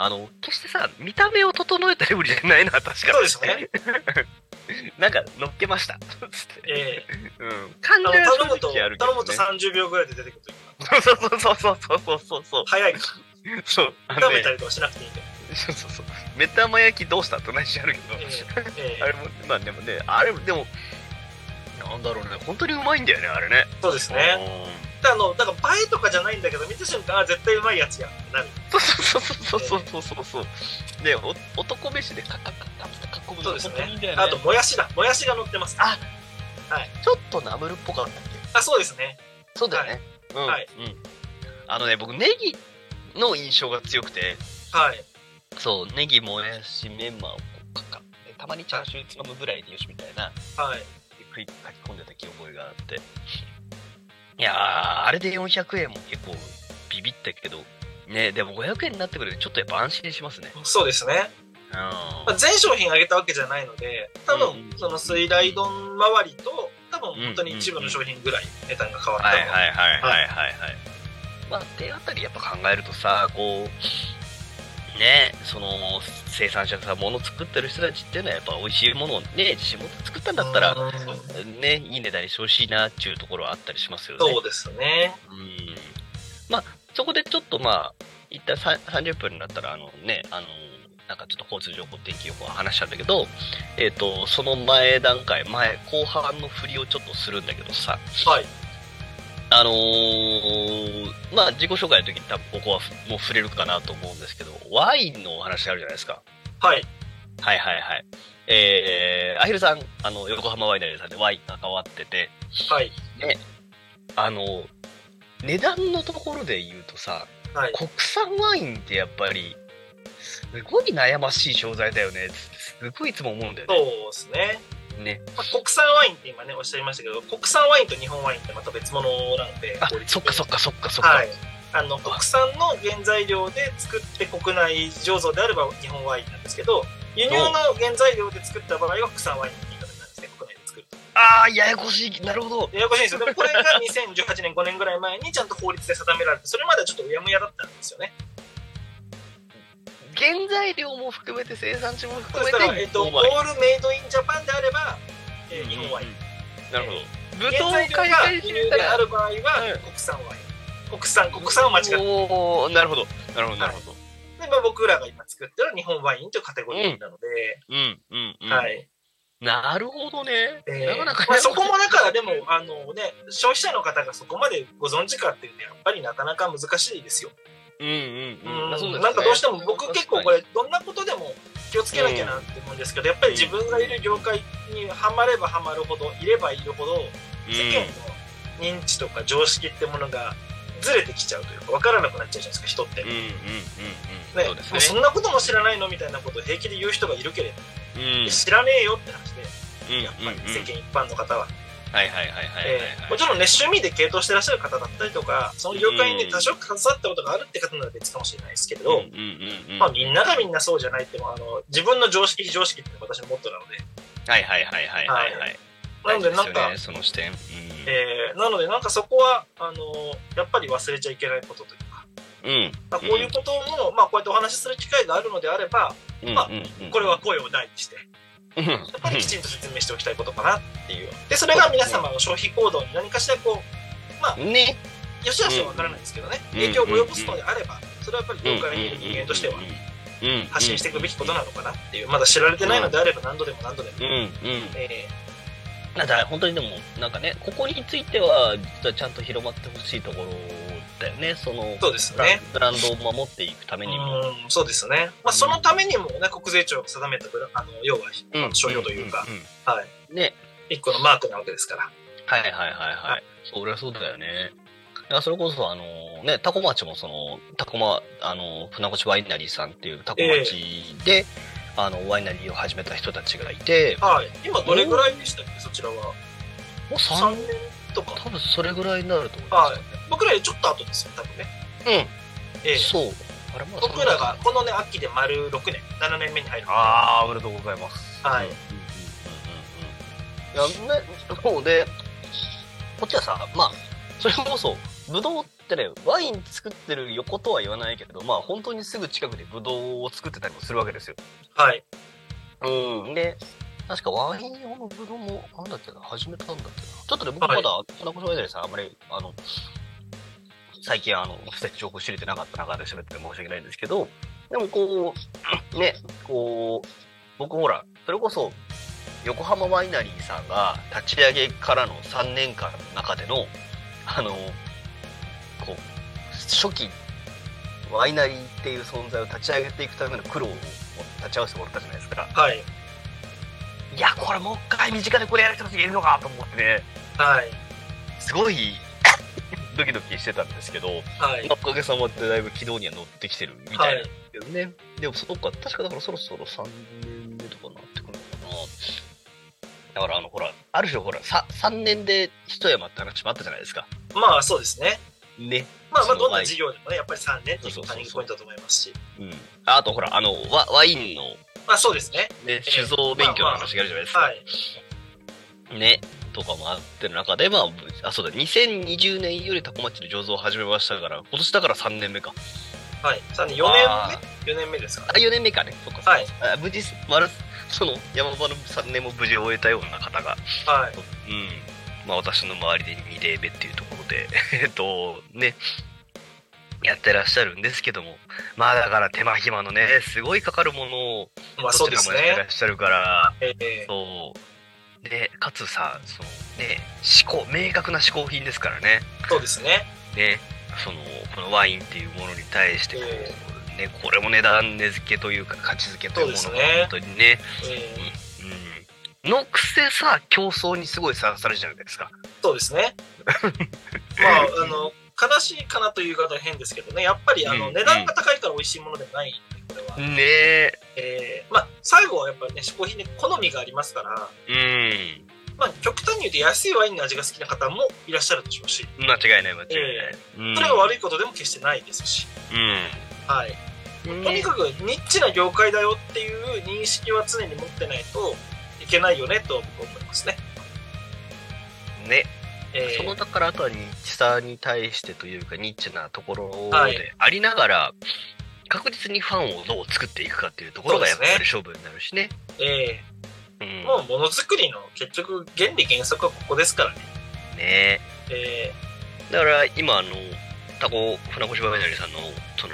D: あの決してさ見た目を整えた料理じゃないな確かに
E: そうですね
D: <laughs> なんか乗っけましたつって、
E: えー
D: うん、感
E: あの
D: 情は
E: 頼む
D: 正
E: と、
D: 直ある
E: 頼
D: けど、
E: むと
D: ね、
E: 30秒ぐらいで出てくるというか、
D: そうそうそうそうそうそうそう
E: 早いか
D: そうあ
E: ら、
D: の
E: 炒め
D: ね
E: たりとかしなく
D: <laughs>
E: ていいんで。
D: そうそうそう目玉焼きどうしたって話あるけど、
E: えー
D: あ
E: え
D: れもまあでもねあれもでもなんだろうね本当にうまいんだよねあれね
E: ーそうですね。あの、だから映えとかじゃないんだけど、見た瞬間、あ、絶対うまいやつやんってなる。
D: そうそうそうそうそうそうそうねお男飯でカカカカカカカぶ
E: そ
D: のが
E: うです
D: 本当にいいんだ
E: ね
D: よ。ね
E: あと、もやしだ。もやしが乗ってます。
D: あちょっとナムルっぽかったっけ
E: あ、そうですね。
D: そうだよね。うん
E: はい
D: うん。あのね、僕、ネギの印象が強くて、
E: はい。
D: そう、ネギ、もやし、メンマをこうかかって、たまにチャーシューつまむぐらいでよしみたいな、
E: はい。
D: 食い書き込んでた記憶があって。いやー、あれで400円も結構ビビったけど、ね、でも500円になってくるとちょっとやっぱ安心しますね。
E: そうですね。
D: うん。
E: まあ、全商品あげたわけじゃないので、多分
D: う、ん
E: その水雷丼周りと、多分、本当に一部
D: うんう
E: の
D: ん
E: 商品ぐらい値段が変わったの
D: はいはいはいはいはいはい。まあ、ってあたりやっぱ考えるとさ、こう、ね、その生産者がさ、もの作ってる人たちっていうのはやっぱ美味しいものをね、自信持って作ったんだったら、
E: うん
D: ね、いい値段にしてほしいなっていうところはあったりしますよね。
E: そうですね。
D: うん。まあ、そこでちょっとまあ、一旦さ30分になったら、あのね、あの、なんかちょっと交通情報天気予報は話したんだけど、えっ、と、その前段階、前、後半の振りをちょっとするんだけどさ、
E: はい。
D: あのーまあ、自己紹介の時に多分ここはもう触れるかなと思うんですけど、ワインのお話あるじゃないですか。
E: はい。
D: はいはいはい。えー、アヒルさん、あの、横浜ワイナリーさんでワインが関わってて、
E: はい。
D: あの、値段のところで言うとさ、
E: はい。
D: 国産ワインってやっぱり、すごい悩ましい商材だよねってすごいいつも思うんだよ
E: そう
D: ね。
E: ですね。
D: ね。
E: まあ、国産ワインって今ね、おっしゃいましたけど、国産ワインと日本ワインってまた別物なので、
D: あ
E: クオリ、ティ
D: そっかそっかそっかそっか。
E: はい。あの、国産の原材料で作って国内醸造であれば日本ワインなんですけど、輸入の原材料で作った場合は国産ワインって言い方になるんですね、国内で作ると。
D: ああ、ややこしい。なるほど。
E: ややこしいんですよ。でもこれが2018年、5年ぐらい前にちゃんと法律で定められて、それまではちょっとうやむやだったんですよね。
D: 原材料も含めて生産地も
E: そ
D: 含
E: う
D: め
E: だ
D: て
E: から、えっと、オ
D: 日
E: ー
D: 本ワイン
E: ルメイドインジャパンであれば、えー日本ワイン。
D: なるほど。武
E: 原
D: 闘
E: 材料
D: 開
E: が輸
D: 催
E: 入
D: して
E: で
D: たら
E: ある場合は
D: うん
E: 国産ワイン国産国産を間違ってで、
D: おーなるほど。なるほど、なるほど。
E: まあ、僕らが今作ってる日本ワインというカテゴリーなので、
D: うん、うん、うん。
E: はい
D: なるほどね。
E: で
D: なかなか
E: まあ、そこもだからでもあのね消費者の方がそこまでご存知かっていうとやっぱりなかなか難しいですよ、
D: うん、うん、
E: う
D: うんん。そうですね
E: なんかどうしても僕結構こ。
D: 確
E: れどんなことでも気をつけなきゃなって思うんですけどやっぱり自分がいる業界にはまればはまるほどいればいるほど
D: かに
E: 世間の認知とか常識ってものがずれてきちゃうというか分からなくなっちゃうじゃないですか人って
D: うん、うん、うん、うん。
E: ね、
D: そ
E: そう
D: です
E: もう
D: ね。
E: そんなことも知らないのみたいなことを平気で言う人がいるけれど、
D: うん
E: 知らねえよって話で、
D: うん
E: やっぱり
D: うん
E: 世間一般の方は。
D: はいはいはいはいはいはい
E: えーもちろんね、趣味で系統してらっしゃる方だったりとか、その業界に多少携わったことがあるって方なら別かもしれないですけれど、
D: うんうんうんうん
E: まあみんながみんなそうじゃないっても、あの、自分の常識、非常識っていうのが私のモットーなので、
D: はいはいはいはいはいはい
E: なのでなんか、
D: 大事すよねその視点うん
E: えーなのでなんかそこは、あのやっぱり忘れちゃいけないことというか、
D: うん
E: まあこういうことも、まあこうやってお話しする機会があるのであれば、
D: うん
E: まあ
D: うんうん
E: これは声を大にして、
D: うんうん
E: やっぱりきちんと説明しておきたいことかなっていう。で、それが皆様の消費行動に何かしらこう、まあ、
D: ね
E: よし悪しは分からないですけどね、
D: うん
E: 影響を及ぼすのであれば、それはやっぱり業界にいる人間としては発信していくべきこと
D: な
E: なのかなっていう、まだ知られてないのであれば何度でも何度でも。
D: うんうん
E: え
D: だから本当にでもなんかねここについては実はちゃんと広まってほしいところだよねその
E: ーそうですね。
D: ブランドを守っていくためにも
E: うん、そうですね。まあ、そのためにもね、国税庁が定めたブラあの、要は、
D: うん
E: 商用というか
D: ん
E: はい。
D: うんね
E: 一個のマークなわけですから。
D: はいはいはいはい。そりゃそうだよね。いやそれこそ、あのね、タコ町もその、タコマ、あの船越ワイナリーさんっていうタコ町で、あの、ワイナリーを始めた人たちがいて、
E: はい。今どれぐらいでしたっけ、そちらは。
D: もう
E: 3
D: 3、
E: 年とか。
D: 多分それぐらいになると思いま
E: は
D: す
E: い。僕らよりちょっと後ですよ、多分ね。
D: ね。
E: え
D: う
E: え
D: ん。そう。あれまだ
E: 僕らが。このね秋で丸6年7年目に入る
D: ああ、おめでとうございます。
E: はい
D: うんうんうんうんいや、ね、そうで、こっちはさ、まあ、それこそ、ブドウってね、ワイン作ってる横とは言わないけど、まあ、本当にすぐ近くでブドウを作ってたりもするわけですよ。
E: はい
D: うん。で、確かワイン用のブドウも、なんだっけな、始めたんだっけな。ちょっとね、僕まだ、田中さんさん、あんまり、あの、最近、あの、不正情報知れてなかった中で喋って申し訳ないんですけど、でもこう、ね、こう、僕ほら、それこそ、横浜ワイナリーさんが立ち上げからの3年間の中での、あの、こう、初期、ワイナリーっていう存在を立ち上げていくための苦労を立ち合わせてもらったじゃないですか。
E: はい
D: いや、これもう一回身近でこれやる人たちがいるのかと思ってね、
E: はい
D: すごい <laughs> ドキドキしてたんですけど、
E: はい
D: おかげさまでだいぶ軌道には乗ってきてるみたいなんですけどね。でもそっか、確かだからそろそろ3年目とかなってくるのかな。だからあの、ほら、ある種ほら、さ3年で一山って話もあったじゃないですか。
E: まあそうですね
D: ね。
E: まあま
D: そ
E: あ
D: の
E: どんな事業でもねやっぱり3年っていう
D: そう
E: タ
D: そうそうそう
E: ーニングポイントだと思いますし
D: うん。あとほら、あの、ワワインの、
E: まあそうですね
D: ね、酒造勉強の話があるじゃないですか。
E: はい
D: ね、とかもあってる中で、まあ、あ、そうだ、2020年よりタコ町で醸造を始めましたから、今年だから3年目か。
E: はい3年4
D: あ
E: 年目4年目ですから
D: あ、4年目かね。そっか
E: はい
D: あ無事、まる、 <laughs> その、山場の3年も無事終えたような方が、
E: は
D: <laughs>
E: い
D: うん。まあ、私の周りで2例目っていうところで、えっと、ね、やってらっしゃるんですけども、まあだから手間暇のね、すごいかかるものを、
E: まあそうです
D: どちらもやって
E: ね
D: ら。っしゃるから、
E: ええ
D: そう。で、かつさ、そのね、思考、明確な嗜好品ですからね。
E: そうですね。
D: ね、その、このワインっていうものに対してこう、
E: え
D: ね、これも値段値付けというか、価値付けというもの
E: そう
D: が
E: ですね
D: 本当にね、
E: ええ
D: うん。のくせさ、競争にすごいさらされるじゃないですか。
E: そうで
D: <laughs>
E: すね。まあ、あの、悲しいかなという言い方は変ですけどね、やっぱりあの、
D: うん
E: 値段が高いから美味しいものではないんで、これは。
D: ねえ。
E: えーまあ、最後はやっぱね、嗜好品で好みがありますから、
D: うん。
E: まあ、極端に言うと安いワインの味が好きな方もいらっしゃるでしょうし、
D: 間違いない、間違いない。うん
E: それが悪いことでも決してないですし、はい。
D: うん。
E: とにかくニッチな業界だよっていう認識は常に持ってないといけないよねと僕は思いますね。
D: ね、
E: え
D: そ
E: ー
D: のだからあとはニッチさに対してというかニッチなところ
E: はい
D: でありながら、確実にファンをどう作っていくかっていうところがやっぱり
E: そ
D: 勝
E: うで
D: 負になるしね。
E: え
D: うん
E: ーもうものづくりの結局原理原則はここですからね。
D: ね
E: え
D: だから今あのタコ船越バイナリーさんのその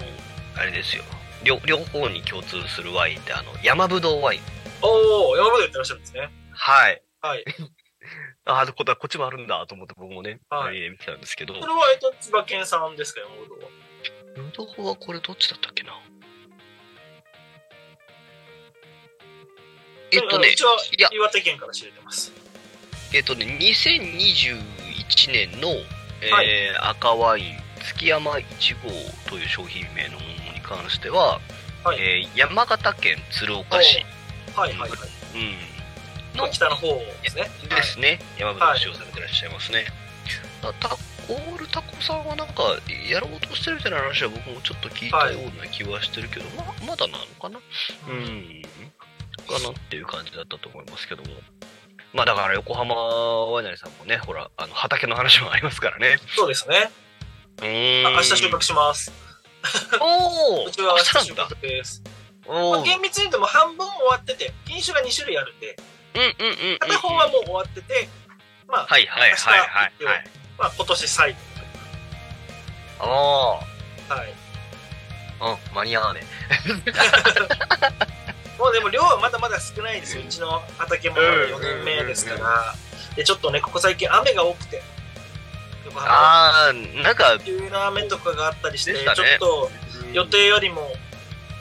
D: あれですよ両両方に共通するワインってあの山ぶどうワイン
E: ー、おお、山ほど言ってらっしゃるんですね。
D: はい
E: はい。
D: ああここっちもあるんだと思って僕もね、
E: は
D: えー見てたんですけど
E: それは、えっと、千葉県さんですか、山ほどは。
D: ぶどうはこれどっちだったっけなえっと
E: うん
D: ね
E: うちはい
D: や
E: 岩手県から知れてます。
D: えっとね、2021年の、えー
E: は
D: 赤ワイン月山1号という商品名のものに関しては、
E: はい
D: えー山形県鶴岡市、
E: はいはいはい。
D: うん、
E: の
D: の
E: 北の方ですね。は
D: で
E: い
D: すね、山形を使用されてらっしゃいますね。だタコールタコさんはなんかやろうとしてるみたいな話は僕もちょっと聞いたような気はしてるけど、ままだなのかなうんかなっていう感じだったと思いますけども。まあだから横浜ワイナリーさんもね、ほら、あの畑の話もありますからね。
E: そうですね。
D: うーん
E: あ明日収穫します。
D: おお
E: うちは明
D: 明
E: 日
D: 日
E: 収
D: なんだ。
E: 穫です。
D: お
E: ま
D: おう
E: あ、
D: んうん
E: 厳密に言うともう半分終わってて、品種が2種類あるんで、
D: うんうん。
E: 片方はもう終わってて、まあ、
D: はいはいはいはい
E: 明日
D: はい。
E: まあ、今年最後。
D: あ
E: はい。
D: あ、うん、間に合わね
E: もうでも量はまだまだ少ないですよ。うちの畑もまだ4年目ですか
D: うん
E: ら。で、ちょっとね、ここ最近雨が多くて、横浜
D: ああ、なんか、
E: 急な雨とかがあったりして、
D: でし
E: ち
D: た
E: ょ
D: ね
E: っと予定よりも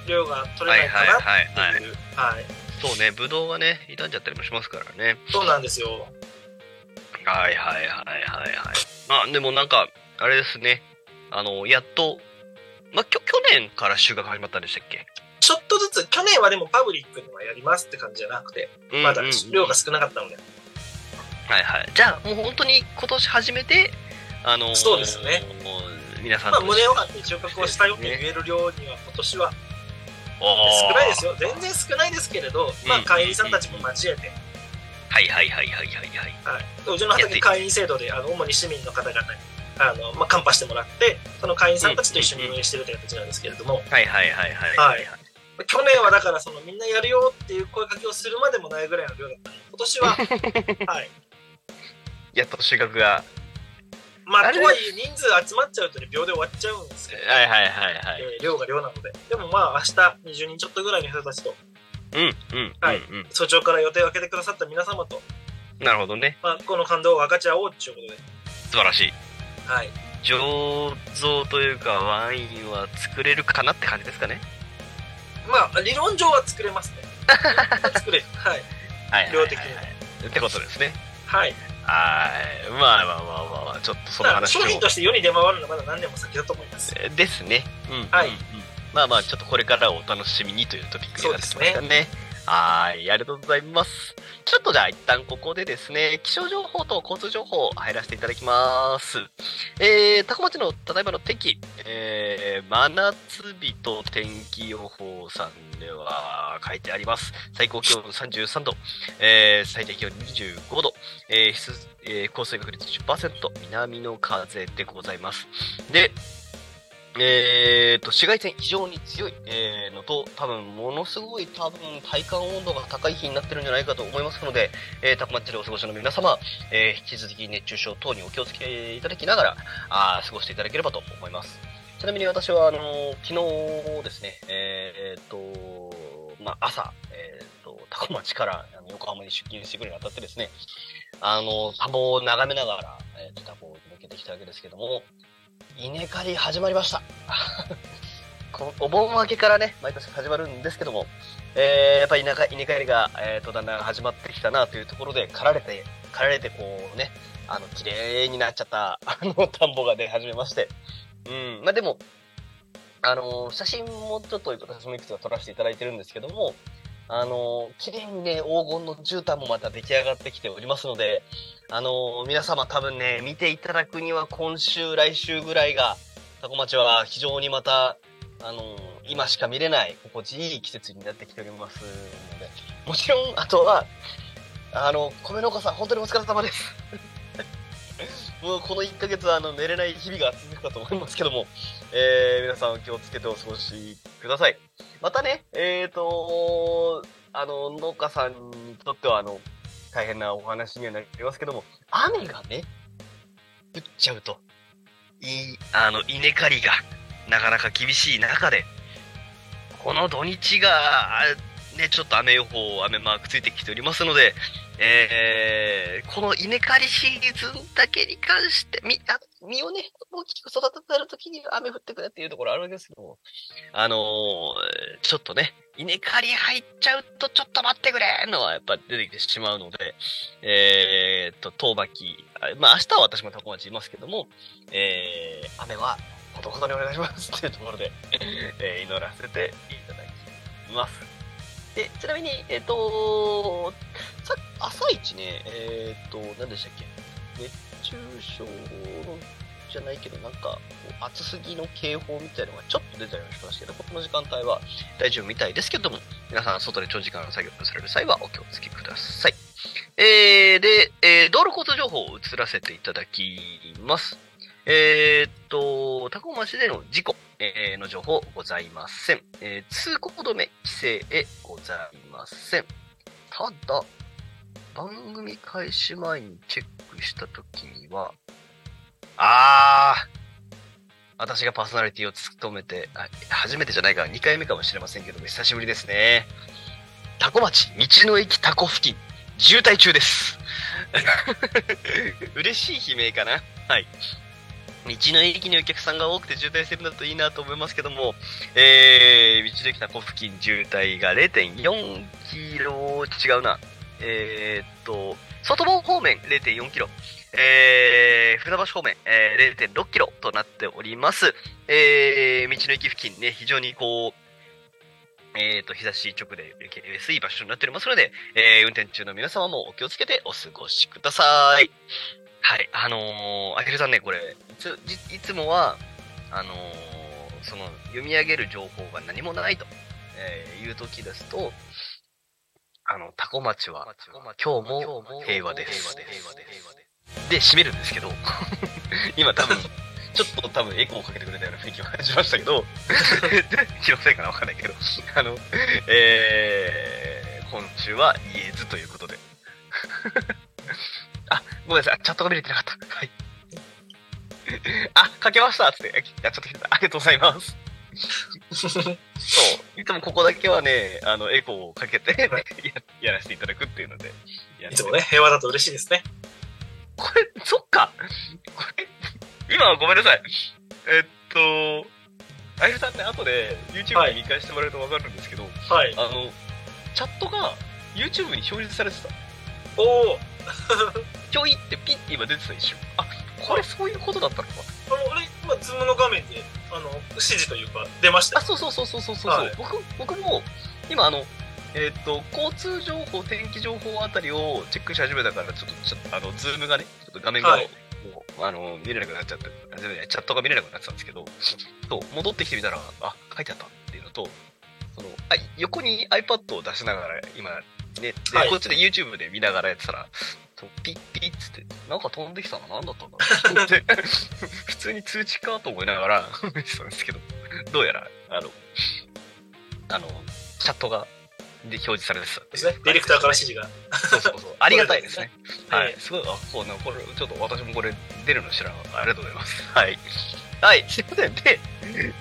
E: 量が取れないかな
D: はいはいはい
E: っ
D: はい
E: ていう。はい。
D: そうね、ぶどうがね、傷んじゃったりもしますからね。
E: そうなんですよ。
D: はいはいはいはいはい。まあ、でもなんか、あれですね、あの、やっと、まあ、きょ去年から収穫始まったんでしたっけ
E: ちょっとずつ、去年はでもパブリックにはやりますって感じじゃなくて、まだ
D: うんうん
E: 量が少なかったので。
D: はいはい。じゃあ、もう本当に今年初めて、あのー
E: そうですね。
D: もう皆さん
E: まあ、
D: と
E: 胸を張って収穫をしたよって言える量には今年は少ないです
D: よ。
E: よ。全然少ないですけれど、ま
D: う
E: あ、
D: ん
E: 会員さんたちも交えて、
D: はいはいはいはいはいはい。
E: はい、うちの畑会員制度であの主に市民の方々にあの、まあ、カンパしてもらってその会員さんたちと一緒に運営してるという形なんですけれども、
D: はいはいはいはい。
E: はい去年はだからそのみんなやるよっていう声かけをするまでもないぐらいの量だったので今年
D: <laughs>
E: は、はい
D: やっと収穫が。
E: まあ、
D: あれ
E: とはいえ人数集まっちゃうとね秒で終わっちゃうんですけど、
D: はいはいはいはい。
E: えー量が量なのででもまあ明日20人ちょっとぐらいの人たちと
D: うんうん。
E: はい
D: うんうん
E: 早朝から予定を空けてくださった皆様と、
D: なるほどね。
E: まあ、この感動を分かち合おうということで、
D: 素晴らしい。
E: はい、
D: 醸造というかワインは作れるかなって感じですかね
E: まあ理論上は作れますね作れるはい
D: はい
E: 量的に
D: ってことですね
E: はい
D: はいまあまあまあまあまあちょっとその話
E: 商
D: を
E: 品として世に出回るのはまだ何年も先だと思います。
D: ですね、うん
E: はい
D: うんうんまあまあちょっとこれからをお楽しみにというトピックになってきました
E: そう
D: ねはいありがとうございますちょっとじゃあ一旦ここでですね気象情報と交通情報入らせていただきますえー、高町のただいまの天気、えー、真夏日と天気予報さんでは書いてあります。最高気温33度、えー、最低気温25度、えー湿えー降水確率10%、南の風でございます。で、えー、と紫外線非常に強い、えーのと、多分ものすごい多分体感温度が高い日になってるんじゃないかと思いますので、えー、高松市でお過ごしの皆様、えー引き続き熱中症等にお気をつけいただきながらあー過ごしていただければと思います。ちなみに私は、あの昨日ですね、えーえーっと、まあ、朝、えーっと、高町からあの横浜に出勤してくるにあたってですね、あの、田んぼを眺めながら、えーっと、田んぼを抜けてきたわけですけども、稲刈り始まりました。こお盆明けからね、毎年始まるんですけども、えーやっぱり稲刈稲刈りが、えーっと、だんだん始まってきたなというところで、刈られて、刈られてこうね、あの、綺麗になっちゃった、 <laughs> あの、田んぼが出始めまして、うん、まあでも、あの写真もちょっと私もいくつか撮らせていただいてるんですけども、あの綺麗にね、黄金の絨毯もまた出来上がってきておりますので、あの皆様多分ね、見ていただくには今週、来週ぐらいが、タコ町は非常にまた、あの今しか見れない、心地いい季節になってきておりますので、もちろん、あとは、あの、米農家さん、本当にお疲れ様です。 <laughs> もうこの1ヶ月はあの寝れない日々が続くかと思いますけども、えー皆さんお気をつけてお過ごしください。またね、えっ、と、あの、農家さんにとってはあの、大変なお話にはなりますけども、雨がね、降っちゃうと、いい、あの、稲刈りがなかなか厳しい中で、この土日が、ね、ちょっと雨予報、雨マークついてきておりますので、えーこの稲刈りシーズンだけに関して、み、あ、実をね、大きく育ててるときに雨降ってくれっていうところあるんですけども、あのーちょっとね、稲刈り入っちゃうとちょっと待ってくれのはやっぱ出てきてしまうので、えーっと、遠巻き、あまあ明日は私も多古町いますけども、えー雨はほどほどにお願いしますっていうところで、えー祈らせていただきます。で、ちなみに、えーっと、さ朝一ね、えーっと、何でしたっけ、熱中症のじゃないけど、なんか、暑すぎの警報みたいなのがちょっと出たりはしますけど、この時間帯は大丈夫みたいですけども、皆さん、外で長時間作業される際はお気をつけください。えー、で、えー道路交通情報を移らせていただきます。えーっと、タコ町での事故、えーの情報ございません。えー通行止め規制へございません。ただ、番組開始前にチェックしたときには、あー、私がパーソナリティを務めて、あ初めてじゃないから2回目かもしれませんけども、久しぶりですね。タコ町、道の駅タコ付近、渋滞中です。 <laughs> 嬉しい悲鳴かなはい。道の駅にお客さんが多くて渋滞してるんだといいなと思いますけども、えー、道の駅タコ付近渋滞が0.4キロ、違うな、えーっと、外房方面0.4キロ、えー、船橋方面、えー0.6キロとなっております。えー、道の駅付近ね、非常にこう、えー、と、日差し直で受け入れやすい場所になっておりますので、えー、運転中の皆様もお気をつけてお過ごしください。はい、あのー、あきるさんね、これ、いつ、いいつもは、あのーその、読み上げる情報が何もないと、えーいう時ですと、あの、タコ町は、今日も平和です。で、締めるんですけど、 <laughs> 今多分、ちょっと多分エコーをかけてくれたような雰囲気を感じました <laughs> けど、気のせいかなわかんないけど、あの、えー、今週は言えずということで。 <laughs> あ、ごめんなさい、チャットが見れてなかった。はい。あ、かけましたつって、あ、ちょっと来てた。ありがとうございます。そう。いつもここだけはね、あの、エコーをかけて <laughs> や、やらせていただくっていうので。やっ
E: <laughs>
D: て
E: いつ
D: ま
E: も
D: す
E: ね、平和だと嬉しいですね。
D: これ、そっか。これ、今はごめんなさい。えっと、アイルさんね、後で YouTube
E: はい
D: に見返してもらえるとわかるんですけど、
E: はい。
D: あの、チャットが YouTube に表示されてた。
E: おお、
D: ちょいってピッて今出てた一瞬。あ、これそういうことだったのか。
E: あの、あれ、今、ズームの画面で、あの、指示というか、出ました
D: あ、
E: よ。
D: そうそうそうそうそうそう、
E: はい
D: 僕、僕も、今あの、えっと、交通情報、天気情報あたりをチェックし始めたから、ちょっと、ちょっと、あの、ズームがね、ちょっと画面が、
E: はい
D: もうあの、見れなくなっちゃって、あじゃないチャットが見れなくなってたんですけど、そう、戻ってきてみたら、あ、書いてあったっていうのと、その、あ横に iPad を出しながら、今、ね、で
E: はい
D: こっちで YouTube で見ながらやってたら、そうピッピッつって、なんか飛んできたの何だったんだろうって <laughs> 普通に通知かと思いながら見てたんですけど、どうやら、あの、あの、チャットがで表示されてたってい
E: ですね。ディレクターから指示が。
D: そうそうそう。ありがたいですね。は
E: はいい。
D: すごい、あ、そうな、これ、ちょっと私もこれ出るの知らなかった。ありがとうございます。はい。はい、 <laughs> すいません。で、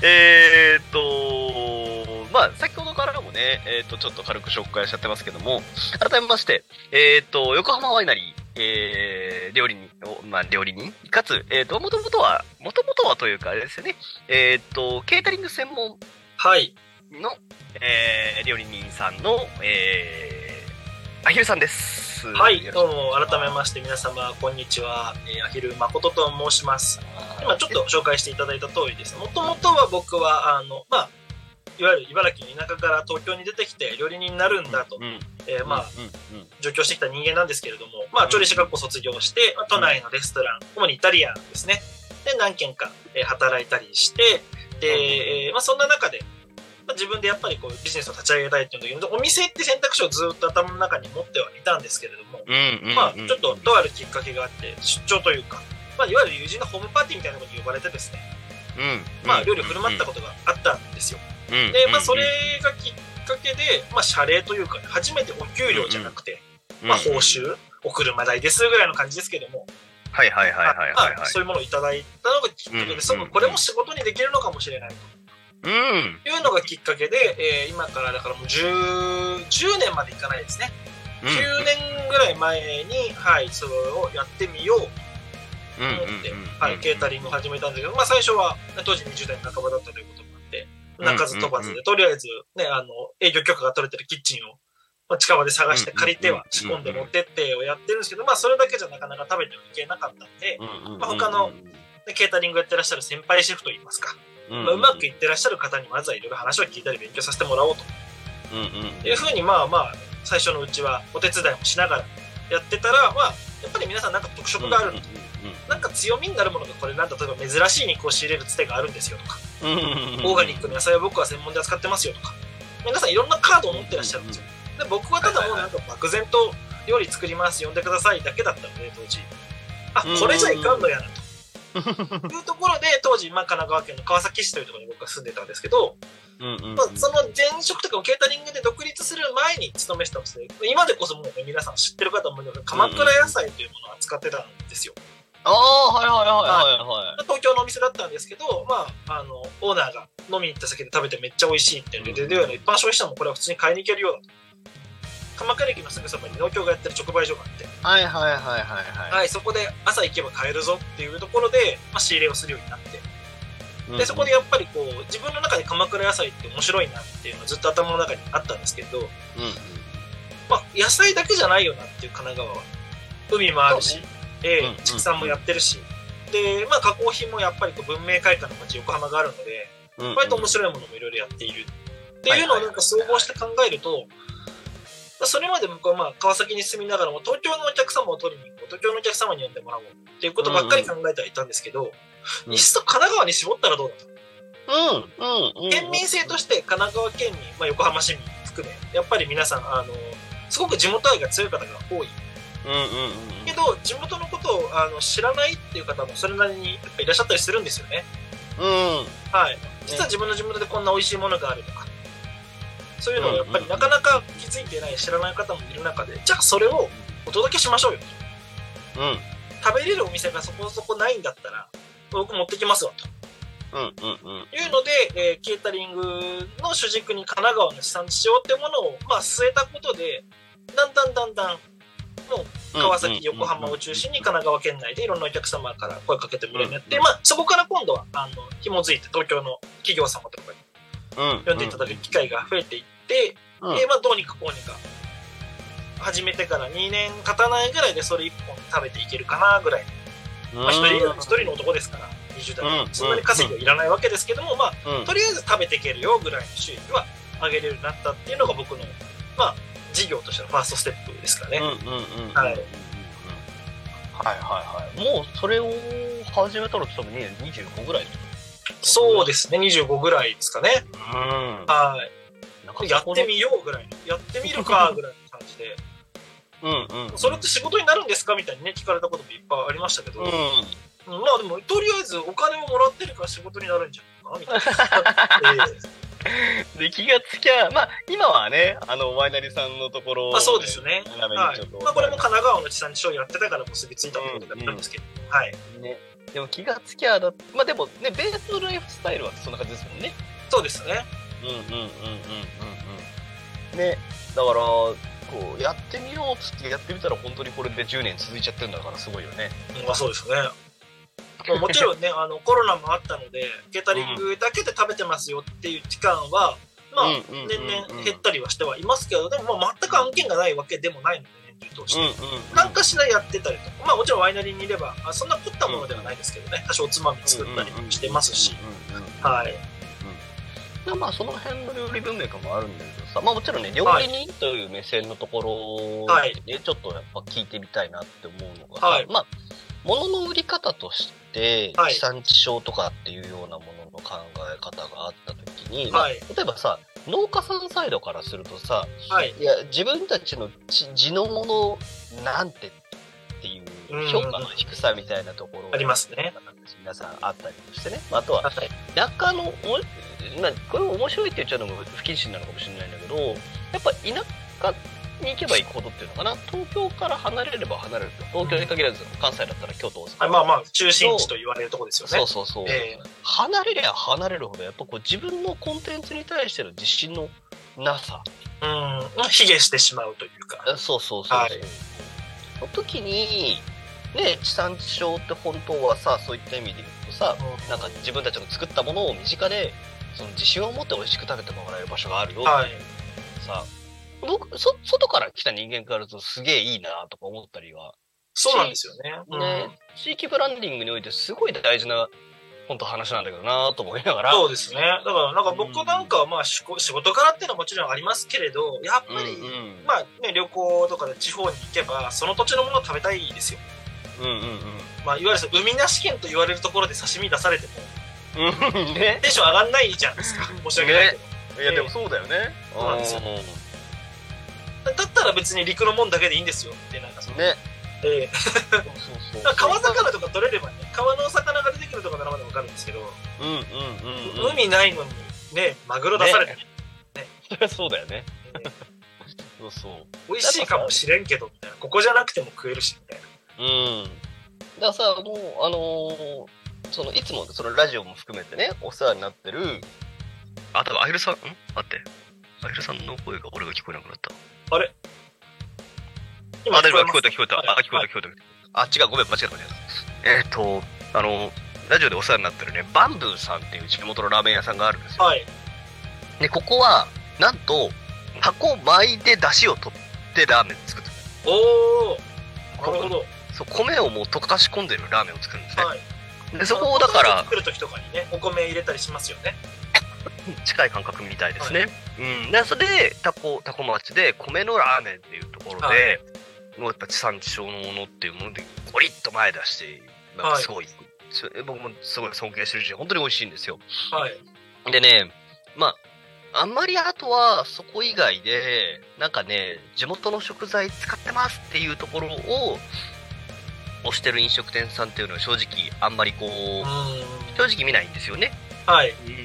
D: えーっと、まあ、先ほどからもね、えーっと、ちょっと軽く紹介しちゃってますけども、改めまして、えーっと、横浜ワイナリー、えー、料理人、おまあ、料理人かつ、えーっと、もともとは、もともとはというか、あれですよね、えーっと、ケータリング専門
E: はい。
D: の、えー料理人さんの、えー、アヒルさんです。
E: はい。
D: よ
E: ど
D: ろ
E: う
D: しく
E: も、改めまして皆様、こんにちは。えーアヒル誠と申します。今ちょっと紹介していただいた通りです。もともとは僕は、あの、まあ、いわゆる茨城の田舎から東京に出てきて料理人になるんだと、
D: うん
E: えーまあ、
D: うんうん
E: 上京してきた人間なんですけれども、まあ、調理師学校卒業して、まあ都内のレストラン、主にイタリアンですね。で、何軒か、えー働いたりして、で、えーまあ、そんな中で、まあ、自分でやっぱりこうビジネスを立ち上げたいっていうので、お店って選択肢をずっと頭の中に持ってはいたんですけれども、
D: うんうん
E: まあ、ちょっととあるきっかけがあって、出張というか、まあ、いわゆる友人のホームパーティーみたいなことに呼ばれてですね、
D: うん
E: まあ、料理を振る舞ったことがあったんですよ。
D: と、うん
E: で、まあ、それがきっかけで、まあ、謝礼というか、初めてお給料じゃなくて、まあ、報、酬、お車代ですぐらいの感じですけども、
D: はいはいはいはいはい
E: まあ
D: はい
E: そういうものをいただいたのがきっかけ
D: うん
E: で、そう
D: うん
E: これも仕事にできるのかもしれない
D: うん
E: というのがきっかけで、えー今からだからもう 10, 10年までいかないですね、10年ぐらい前に、はい、それをやってみよう
D: うん
E: と思って、はい、ケータリングを始めたんだけど、まあ、最初は当時20代の半ばだったということもあって、鳴かず飛ばず
D: うんうんう
E: で、とりあえず、ね、あの営業許可が取れてるキッチンを、まあ、近場で探して借りては仕込んで持ってってをやってるんですけど、まあ、それだけじゃなかなか食べてはいけなかったんで、まあ他のでケータリングやってらっしゃる先輩シェフといいますか、まあ、うまくいってらっしゃる方にまずはいろいろ話を聞いたり勉強させてもらおうというふうに、まあまあ、最初のうちはお手伝いもしながらやってたら、まあ、やっぱり皆さんなんか特色があるなんか強みになるものがこれなんだ例えば珍しい肉を仕入れるつてがあるんですよとか、オーガニックの野菜は僕は専門で扱ってますよとか皆さんいろんなカードを持ってらっしゃるんですよで僕はただもうなんか漠然と料理作ります呼んでくださいだけだったので当時あこれじゃいかんのやな <laughs> というところで当時、まあ、神奈川県の川崎市というところに僕は住んでたんですけど、まあ、その前職とかをケータリングで独立する前に勤めてたお店で今でこそもう、ね、皆さん知ってる方もいるけど鎌倉野菜というものを扱ってたんですよ
D: ああはいはいはいはいはい
E: 東京のお店だったんですけど、まあ、あのオーナーが飲みに行った先で食べてめっちゃ美味しいって言うんで、で一般消費者もこれは普通に買いに行けるようだと鎌倉駅のすぐそばに農協がやってる直売所があって、
D: はいはいはいはい
E: はい、そこで朝行けば買えるぞっていうところで、まあ、仕入れをするようになって
D: はい
E: でそこでやっぱりこう自分の中で鎌倉野菜って面白いなっていうのはずっと頭の中にあったんですけど、まあ、野菜だけじゃないよなっていう神奈川は海もあるし、ええ
D: うんうん
E: 畜産もやってるし、で、まあ、加工品もやっぱりこう文明開化の街横浜があるので割と面白いものもいろいろやっているっていうのをなんか総合して考えると、まあそれまで僕はまあ川崎に住みながらも東京のお客様を取りに行こう東京のお客様に呼んでもらおうっていうことばっかり考えてはいたんですけど、
D: うん
E: いっそ神奈川に絞ったらどうだ
D: う
E: と、
D: んうん
E: 県民性として神奈川県民、まあ、横浜市民含めやっぱり皆さんあのすごく地元愛が強い方が多い
D: うんうん
E: けど地元のことをあの知らないっていう方もそれなりにやっぱいらっしゃったりするんですよね。
D: うんうん
E: はい、実は自分の地元でこんな美味しいものがあるとか、そういうのをやっぱりなかなか気づいてない、知らない方もいる中で、じゃあそれをお届けしましょうよ。
D: うん
E: 食べれるお店がそこそこないんだったら、僕持ってきますわと
D: うんうんうん
E: いうので、えーケータリングの主軸に神奈川の地産地消ってものを、まあ、据えたことで、だんだんだんだん川崎、横浜を中心に神奈川県内でいろんなお客様から声かけてもらうようになって、まあ、そこから今度はあの紐づいて東京の企業様とかに読んでいただく機会が増えていって、
D: うん
E: でまあ、どうにかこうにか始めてから2年経たないぐらいでそれ1本食べていけるかなぐらい、まあ、1, 人一人の男ですから20代、
D: うん
E: そんなに稼ぎはいらないわけですけども、まあ、とりあえず食べていけるよぐらいの収益は上げれるようになったっていうのが僕の、まあ、事業としてのファーストステップですかね。
D: うんうんうんうん、
E: はい
D: はいはいはいもうそれを始めたら多分ね25ぐらい
E: そうですね25ぐらいですかね、
D: うん
E: は
D: なんか
E: い、やってみようぐらいのやってみるかぐらいの感じで
D: うんうん
E: それって仕事になるんですかみたいにね聞かれたこともいっぱいありましたけど、
D: うん <laughs>
E: うんまあでも、とりあえずお金をもらってるから仕事になるんじゃないかなみたいな。え
D: で、気がつきゃ、まあ、今はね、あの、ワイナリーさんのところ、
E: まあそうですね
D: 斜め
E: は
D: にちょっと、
E: いまあ、これも神奈川の地産地消やってたから結びついたってことだったんですけど、はい
D: ね。でも気がつきゃだ、まあでもね、ベースのライフスタイルはそんな感じですもんね。
E: そうですね
D: うんうんうんうんうんうん。ね、だから、こう、やってみようっつってやってみたら、本当にこれで10年続いちゃってるんだから、すごいよね。
E: まあそうですね。まあもちろん
D: <laughs>
E: ね、あのコロナもあったので、ケータリングだけで食べてますよっていう期間は、ま
D: <laughs>
E: あ、
D: うんうんうんうん
E: 年々減ったりはしてはいますけど、でもまあ全く案件がないわけでもないので、ね、として。
D: うん
E: なんかしらやってたりとか、まあもちろんワイナリーにいれば、あそんな凝ったものではないですけどね、多少おつまみ作ったりもしてますし、。
D: うんうんうん
E: はい。
D: でまあその辺の料理文脈もあるんだけどさ、まあ、もちろんね料理人という目線のところ
E: はい
D: でねちょっとやっぱ聞いてみたいなって思うのがさ、
E: はい
D: まあ物の売り方として
E: はい
D: 地産地消とかっていうようなものの考え方があった時に、まあ
E: はい。
D: 例えばさ農家さんサイドからするとさ
E: はい。
D: いや自分たちの地地のものなんてっていう評価の低さみたいなところが
E: ありますね。
D: 皆さんあったりしてね、まあ、あとは
E: はい。
D: 中のおなこれ面白いって言っちゃうのも不謹慎なのかもしれないんだけどやっぱ田舎に行けば行くほどっていうのかな東京から離れれば離れると東京に限らず関西だったら京都大阪、
E: はいまあまあ、中心地と言われるところですよね。
D: そうそうそう、
E: ええ
D: 離れりゃ離れるほどやっぱこう自分のコンテンツに対しての自信のなさ
E: うん。まあ卑下してしまうというか。
D: そうそうそうそう、
E: はい
D: の時にね地産地消って本当はさそういった意味で言うとさなんか自分たちの作ったものを身近でその自信を持って美味しく食べてもらえる場所があるよ
E: はい。
D: さ僕そ外から来た人間からするとすげえいいなとか思ったりは、
E: そうなんですよね。うん
D: ね地域ブランディングにおいてすごい大事な本当話なんだけどなと思いながら
E: そうですね。だから、なんか僕なんかは、まあ、仕事仕事からっていうのはもちろんありますけれど、やっぱり、
D: うんうん
E: まあね、旅行とかで地方に行けば、その土地のものを食べたいですよ。
D: うんうんうん
E: まあ、いわゆるその海なし県と言われるところで刺身出されても、
D: うんね
E: テンション上がんないじゃないですか。申し訳ないけど。
D: いやでもそうだよね
E: そうなんですよ
D: ね
E: だったら別に陸のもんだけでいいんですよって、なんかその、ええ
D: そうそうそう
E: だから川魚とか取れればね、川のお魚が出てくるとかならまだわかるんですけど、
D: うんうんうんうん
E: 海ないのに、ね、マグロ出されても、
D: そりゃ <laughs> そうだよね
E: ね
D: そうそう
E: 美味しいかもしれんけど、みたいな。ここじゃなくても食えるし、みたいな。
D: うん。だからさ、もう、あのーその、いつも、そのラジオも含めてね、お世話になってる。あ、多分アヒルさん、ん待って。アヒルさんの声が俺が聞こえなくなった。あ、大丈夫、聞こえた、聞こえた。あ、聞こえた、聞こえた。あ、違う、ごめん、間違えた、間違えた。えーっと、あの、ラジオでお世話になってるね、バンブーさんっていう地元のラーメン屋さんがあるんですよ。
E: はい。
D: で、ここは、なんと、タコ巻いて出汁を取ってラーメン作ってる。
E: おー、なるほど。
D: そう、米をもう溶かし込んでるラーメンを作るんですね。
E: はい。
D: で、そこをだから、
E: 作る時とかにね、お米入れたりしますよね。
D: 近い感覚みたいですね。うん。で、それで、タコ、タコ町で、米のラーメンっていうところで、
E: は
D: もうやっぱ地産地消のものっていうもので、ゴリッと前出して、なんかすごい、す僕もすごい尊敬してるし、本当に美味しいんですよ。
E: はい。
D: でね、まあ、あんまりあとは、そこ以外で、なんかね、地元の食材使ってますっていうところを、推してる飲食店さんっていうのは正直、あんまりこ
E: う
D: う、
E: ん。
D: 正直見ないんですよね。
E: はい。
D: うんうん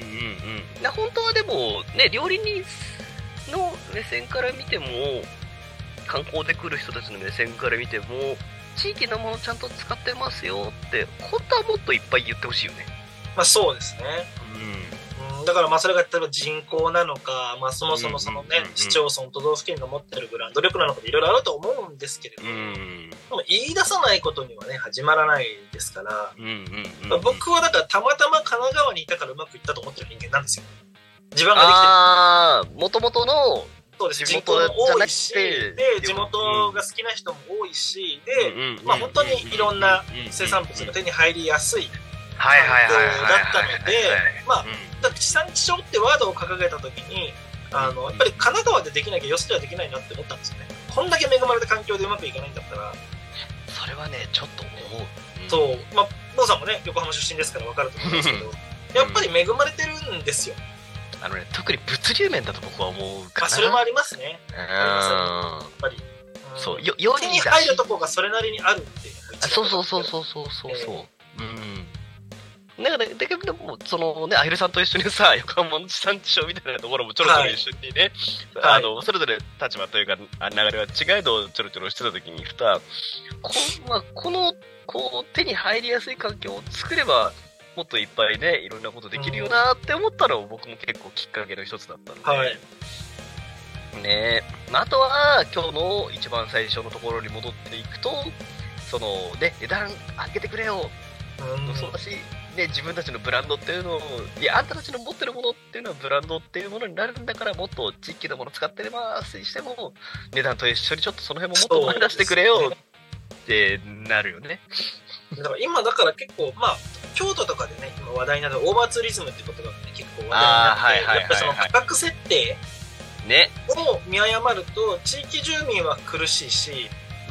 D: うん、な本当はでも、ね、料理人の目線から見ても観光で来る人たちの目線から見ても地域のものちゃんと使ってますよって本当はもっといっぱい言ってほしいよね。
E: まあそうですね。うん、だからまあそれが例えば人口なのか、まあそもそもそのね
D: うんうんうんう、ん
E: 市町村、都道府県が持ってるブランド力なのかでいろいろあると思うんですけれど
D: う
E: も、
D: ん
E: でも言い出さないことにはね、始まらないですから、
D: うんうんうん
E: 僕はだからたまたま神奈川にいたからうまくいったと思ってる人間なんですよ。地盤ができてる。
D: あー元々の、
E: そうです。
D: 地
E: 人
D: 元
E: 口も多いし、
D: じゃなくて
E: で、地元が好きな人も多いし、で、
D: うんうん
E: まあ本当にいろんな生産
D: う
E: 物
D: ん
E: が手に入りやすい
D: はいはいはいはいはい
E: だったのでまあ
D: うん
E: だから地産地消ってワードを掲げた時にあのやっぱり神奈川でできなきゃよそではできないなって思ったんですよねこんだけ恵まれた環境でうまくいかないんだったら
D: それはねちょっと思う。
E: そうまあ坊さんもね横浜出身ですから分かると思うんですけどやっぱり恵まれてるんですよ、
D: あのね特に物流面だと僕は思うか
E: ま
D: な。
E: あ、それもありますね
D: うん
E: やっぱり、ん
D: そう、よ、よ
E: 手
D: り
E: に
D: だ
E: 入
D: し
E: る。とこがそれなりにあるっていうのが一番
D: そうそうそうそうそうそうそう。
E: え
D: うん。だから、だけど、もうそのね、アヒルさんと一緒にさ、横浜の地産地消みたいなところもちょろちょろ一緒にね、
E: はい
D: あの、それぞれ立場というか、あ流れは違えどちょろちょろしてた時にさ、こ,、まあ、この、こう、手に入りやすい環境を作れば、もっといっぱいね、いろんなことできるよなって思ったのを僕も結構きっかけの一つだったので、
E: はい。
D: ねえ、まあ、あとは今日の一番最初のところに戻っていくと、そのね、値段上げてくれよ、
E: うん
D: そうだし、ね、自分たちのブランドっていうのを、いや、あんたたちの持ってるものっていうのはブランドっていうものになるんだから、もっと地域のもの使ってれば、にしても、値段と一緒にちょっとその辺ももっと思い出してくれよってなるよね。
E: だから今だから結構まあ京都とかでね今話題になるオーバーツーリズムってことがね結構話題になっ
D: あーはいはいはいはい
E: てやっぱりその価格設定
D: ね。
E: を見誤ると地域住民は苦しいし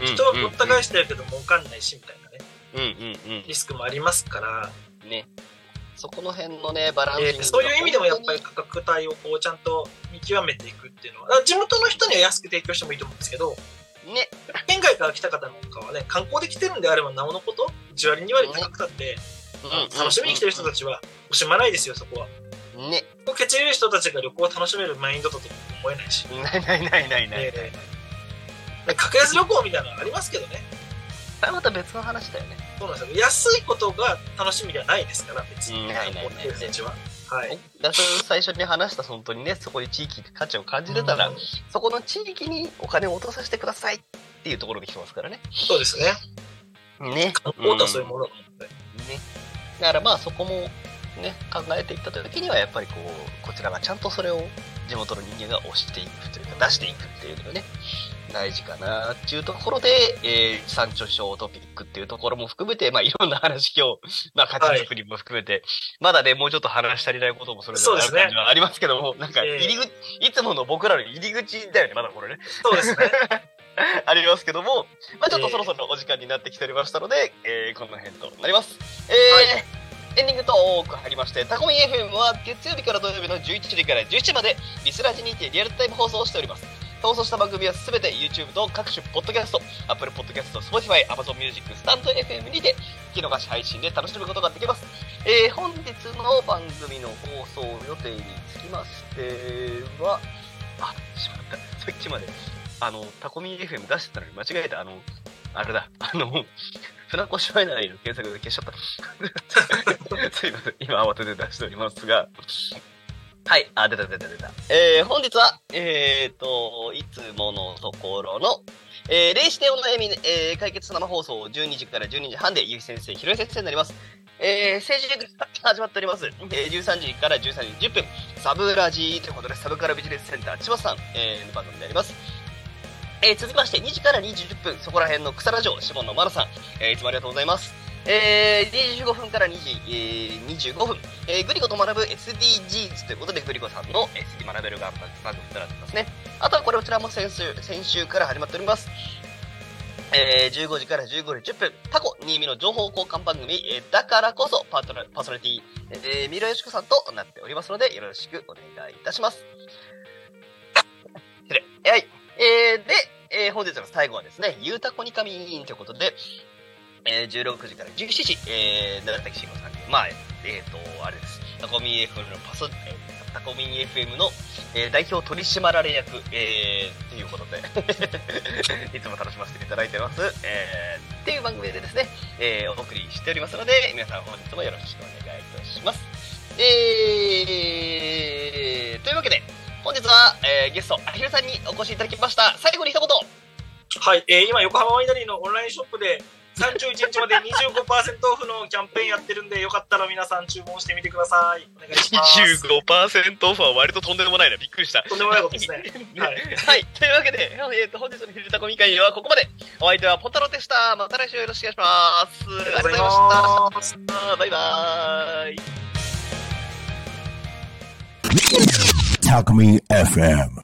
E: 人はごった返
D: し、
E: してるけど儲かんないしみたいなね
D: うんうん
E: リスクもありますから、
D: うん。ね。そこの辺のね、バランス、
E: えーそういう意味でもやっぱり価格帯をこうちゃんと見極めていくっていうのはだから地元の人には安く提供してもいいと思うんですけど
D: り。ね。
E: 県外から来た方なんかはね観光で来てるんであればなおのこと10割2割高くたって楽しみに来てる人たちは惜しまないですよそこは。
D: ね。
E: ケチる人たちが旅行を楽しめるマインドだと思えないし、
D: ないないないないない。
E: えー格安旅行みたいなのありますけどね
D: あれまた別の話だよね。
E: そうなんですよ安いことが楽しみではないですから別に
D: ないないない
E: 思ってる人たちははい
D: だから最初に話した本当にねそこに地域価値を感じてたら、
E: うん
D: そこの地域にお金を落とさせてくださいっていうところに来てますからね。
E: そうですね
D: ね。
E: 観光とはそういうものだと思って、
D: ね。だからまあそこもね考えていった時にはやっぱりこうこちらがちゃんとそれを地元の人間が押していくというか出していくっていうのがね大事かなっていうところで、えー、産地消トピックっていうところも含めて、まあ、いろんな話今日、まあ、価値づくりも含めて、まだねもうちょっと話し足りないこともそれぞれある
E: そうですね
D: 感じはありますけども、なんか
E: ええ
D: 入り口いつもの僕らの入り口だよねまだこれね。
E: そうですね
D: <laughs> ありますけども、まあ、ちょっとそろそろお時間になってきておりましたので、えーこの辺となります。えーエンディングトーク入りまして、タコミン FM は月曜日から土曜日の11時から11時まで、リスラジにてリアルタイム放送をしております。放送した番組はすべて YouTube と各種ポッドキャスト、Apple Podcast、Spotify、Amazon Music、スタンド FM にて、聞き逃し配信で楽しむことができます。えー本日の番組の放送予定につきましては、あ、しまった。さっきまで、あの、タコミン FM 出してたのに間違えた。あの、あれだ。 <laughs> あの、船越ワイナリーの検索で消しちゃった。 <laughs> すいません。今慌てて出しておりますが。はい。あ、出た出た出た。えー、本日は、えーと、いつものところの、えー、霊視点お悩み、えー、解決生放送12時から12時半で、ゆうき先生、ひろえ先生になります。えー、政治塾始まっております。えー、13時から13時10分、サブラジということで、サブカルビジネスセンター千葉さん、えー、の番組であります。えー続きまして2時から20分そこら辺の草ラジオシボンのマナさん、えーいつもありがとうございます、えー、25分から2時、えー25分、えーグリコと学ぶ SDGs ということでグリコさんの SD 学べるが番組となってますねあとはこれこちらも先週先週から始まっておりますえー15時から15時10分、タコ新見の情報交換番組、えーだからこそパートナー、パーソナリティ、えー、ミロヨシコさんとなっておりますので、よろしくお願いいたします。失礼。はい。えーで、えー本日の最後はですね、ゆうたこにかみーんということで、えー16時から17時、えー、長崎慎吾さんに、まあ、えっ、えーと、あれです、タコミン FM のパソ、えータコミン FM の、えー代表取締り役、えー、ということ <laughs> で、いつも楽しませていただいてます、えー、っていう番組でですね、えーお送りしておりますので、皆さん本日もよろしくお願いいたします。えー、というわけで、本日は、えーゲスト、アヒルさんにお越しいただきました。最後に一言。
E: はい、えー今横浜ワイナリーのオンラインショップで31日まで25%オフのキャンペーンやってるんでよかったら皆さん注文してみてくださいお願いします
D: 25%オフは割ととんでもないな。びっくりした。
E: とんでもないことですね
D: は
E: はいい、
D: というわけで、えー、と本日の「ひるたこみ会」はここまでお相手はポンタロウでしたまた来週よろしくお願いします
E: ありがとうございます
D: ありがとうございましたバイバイ
C: Talk Me FM.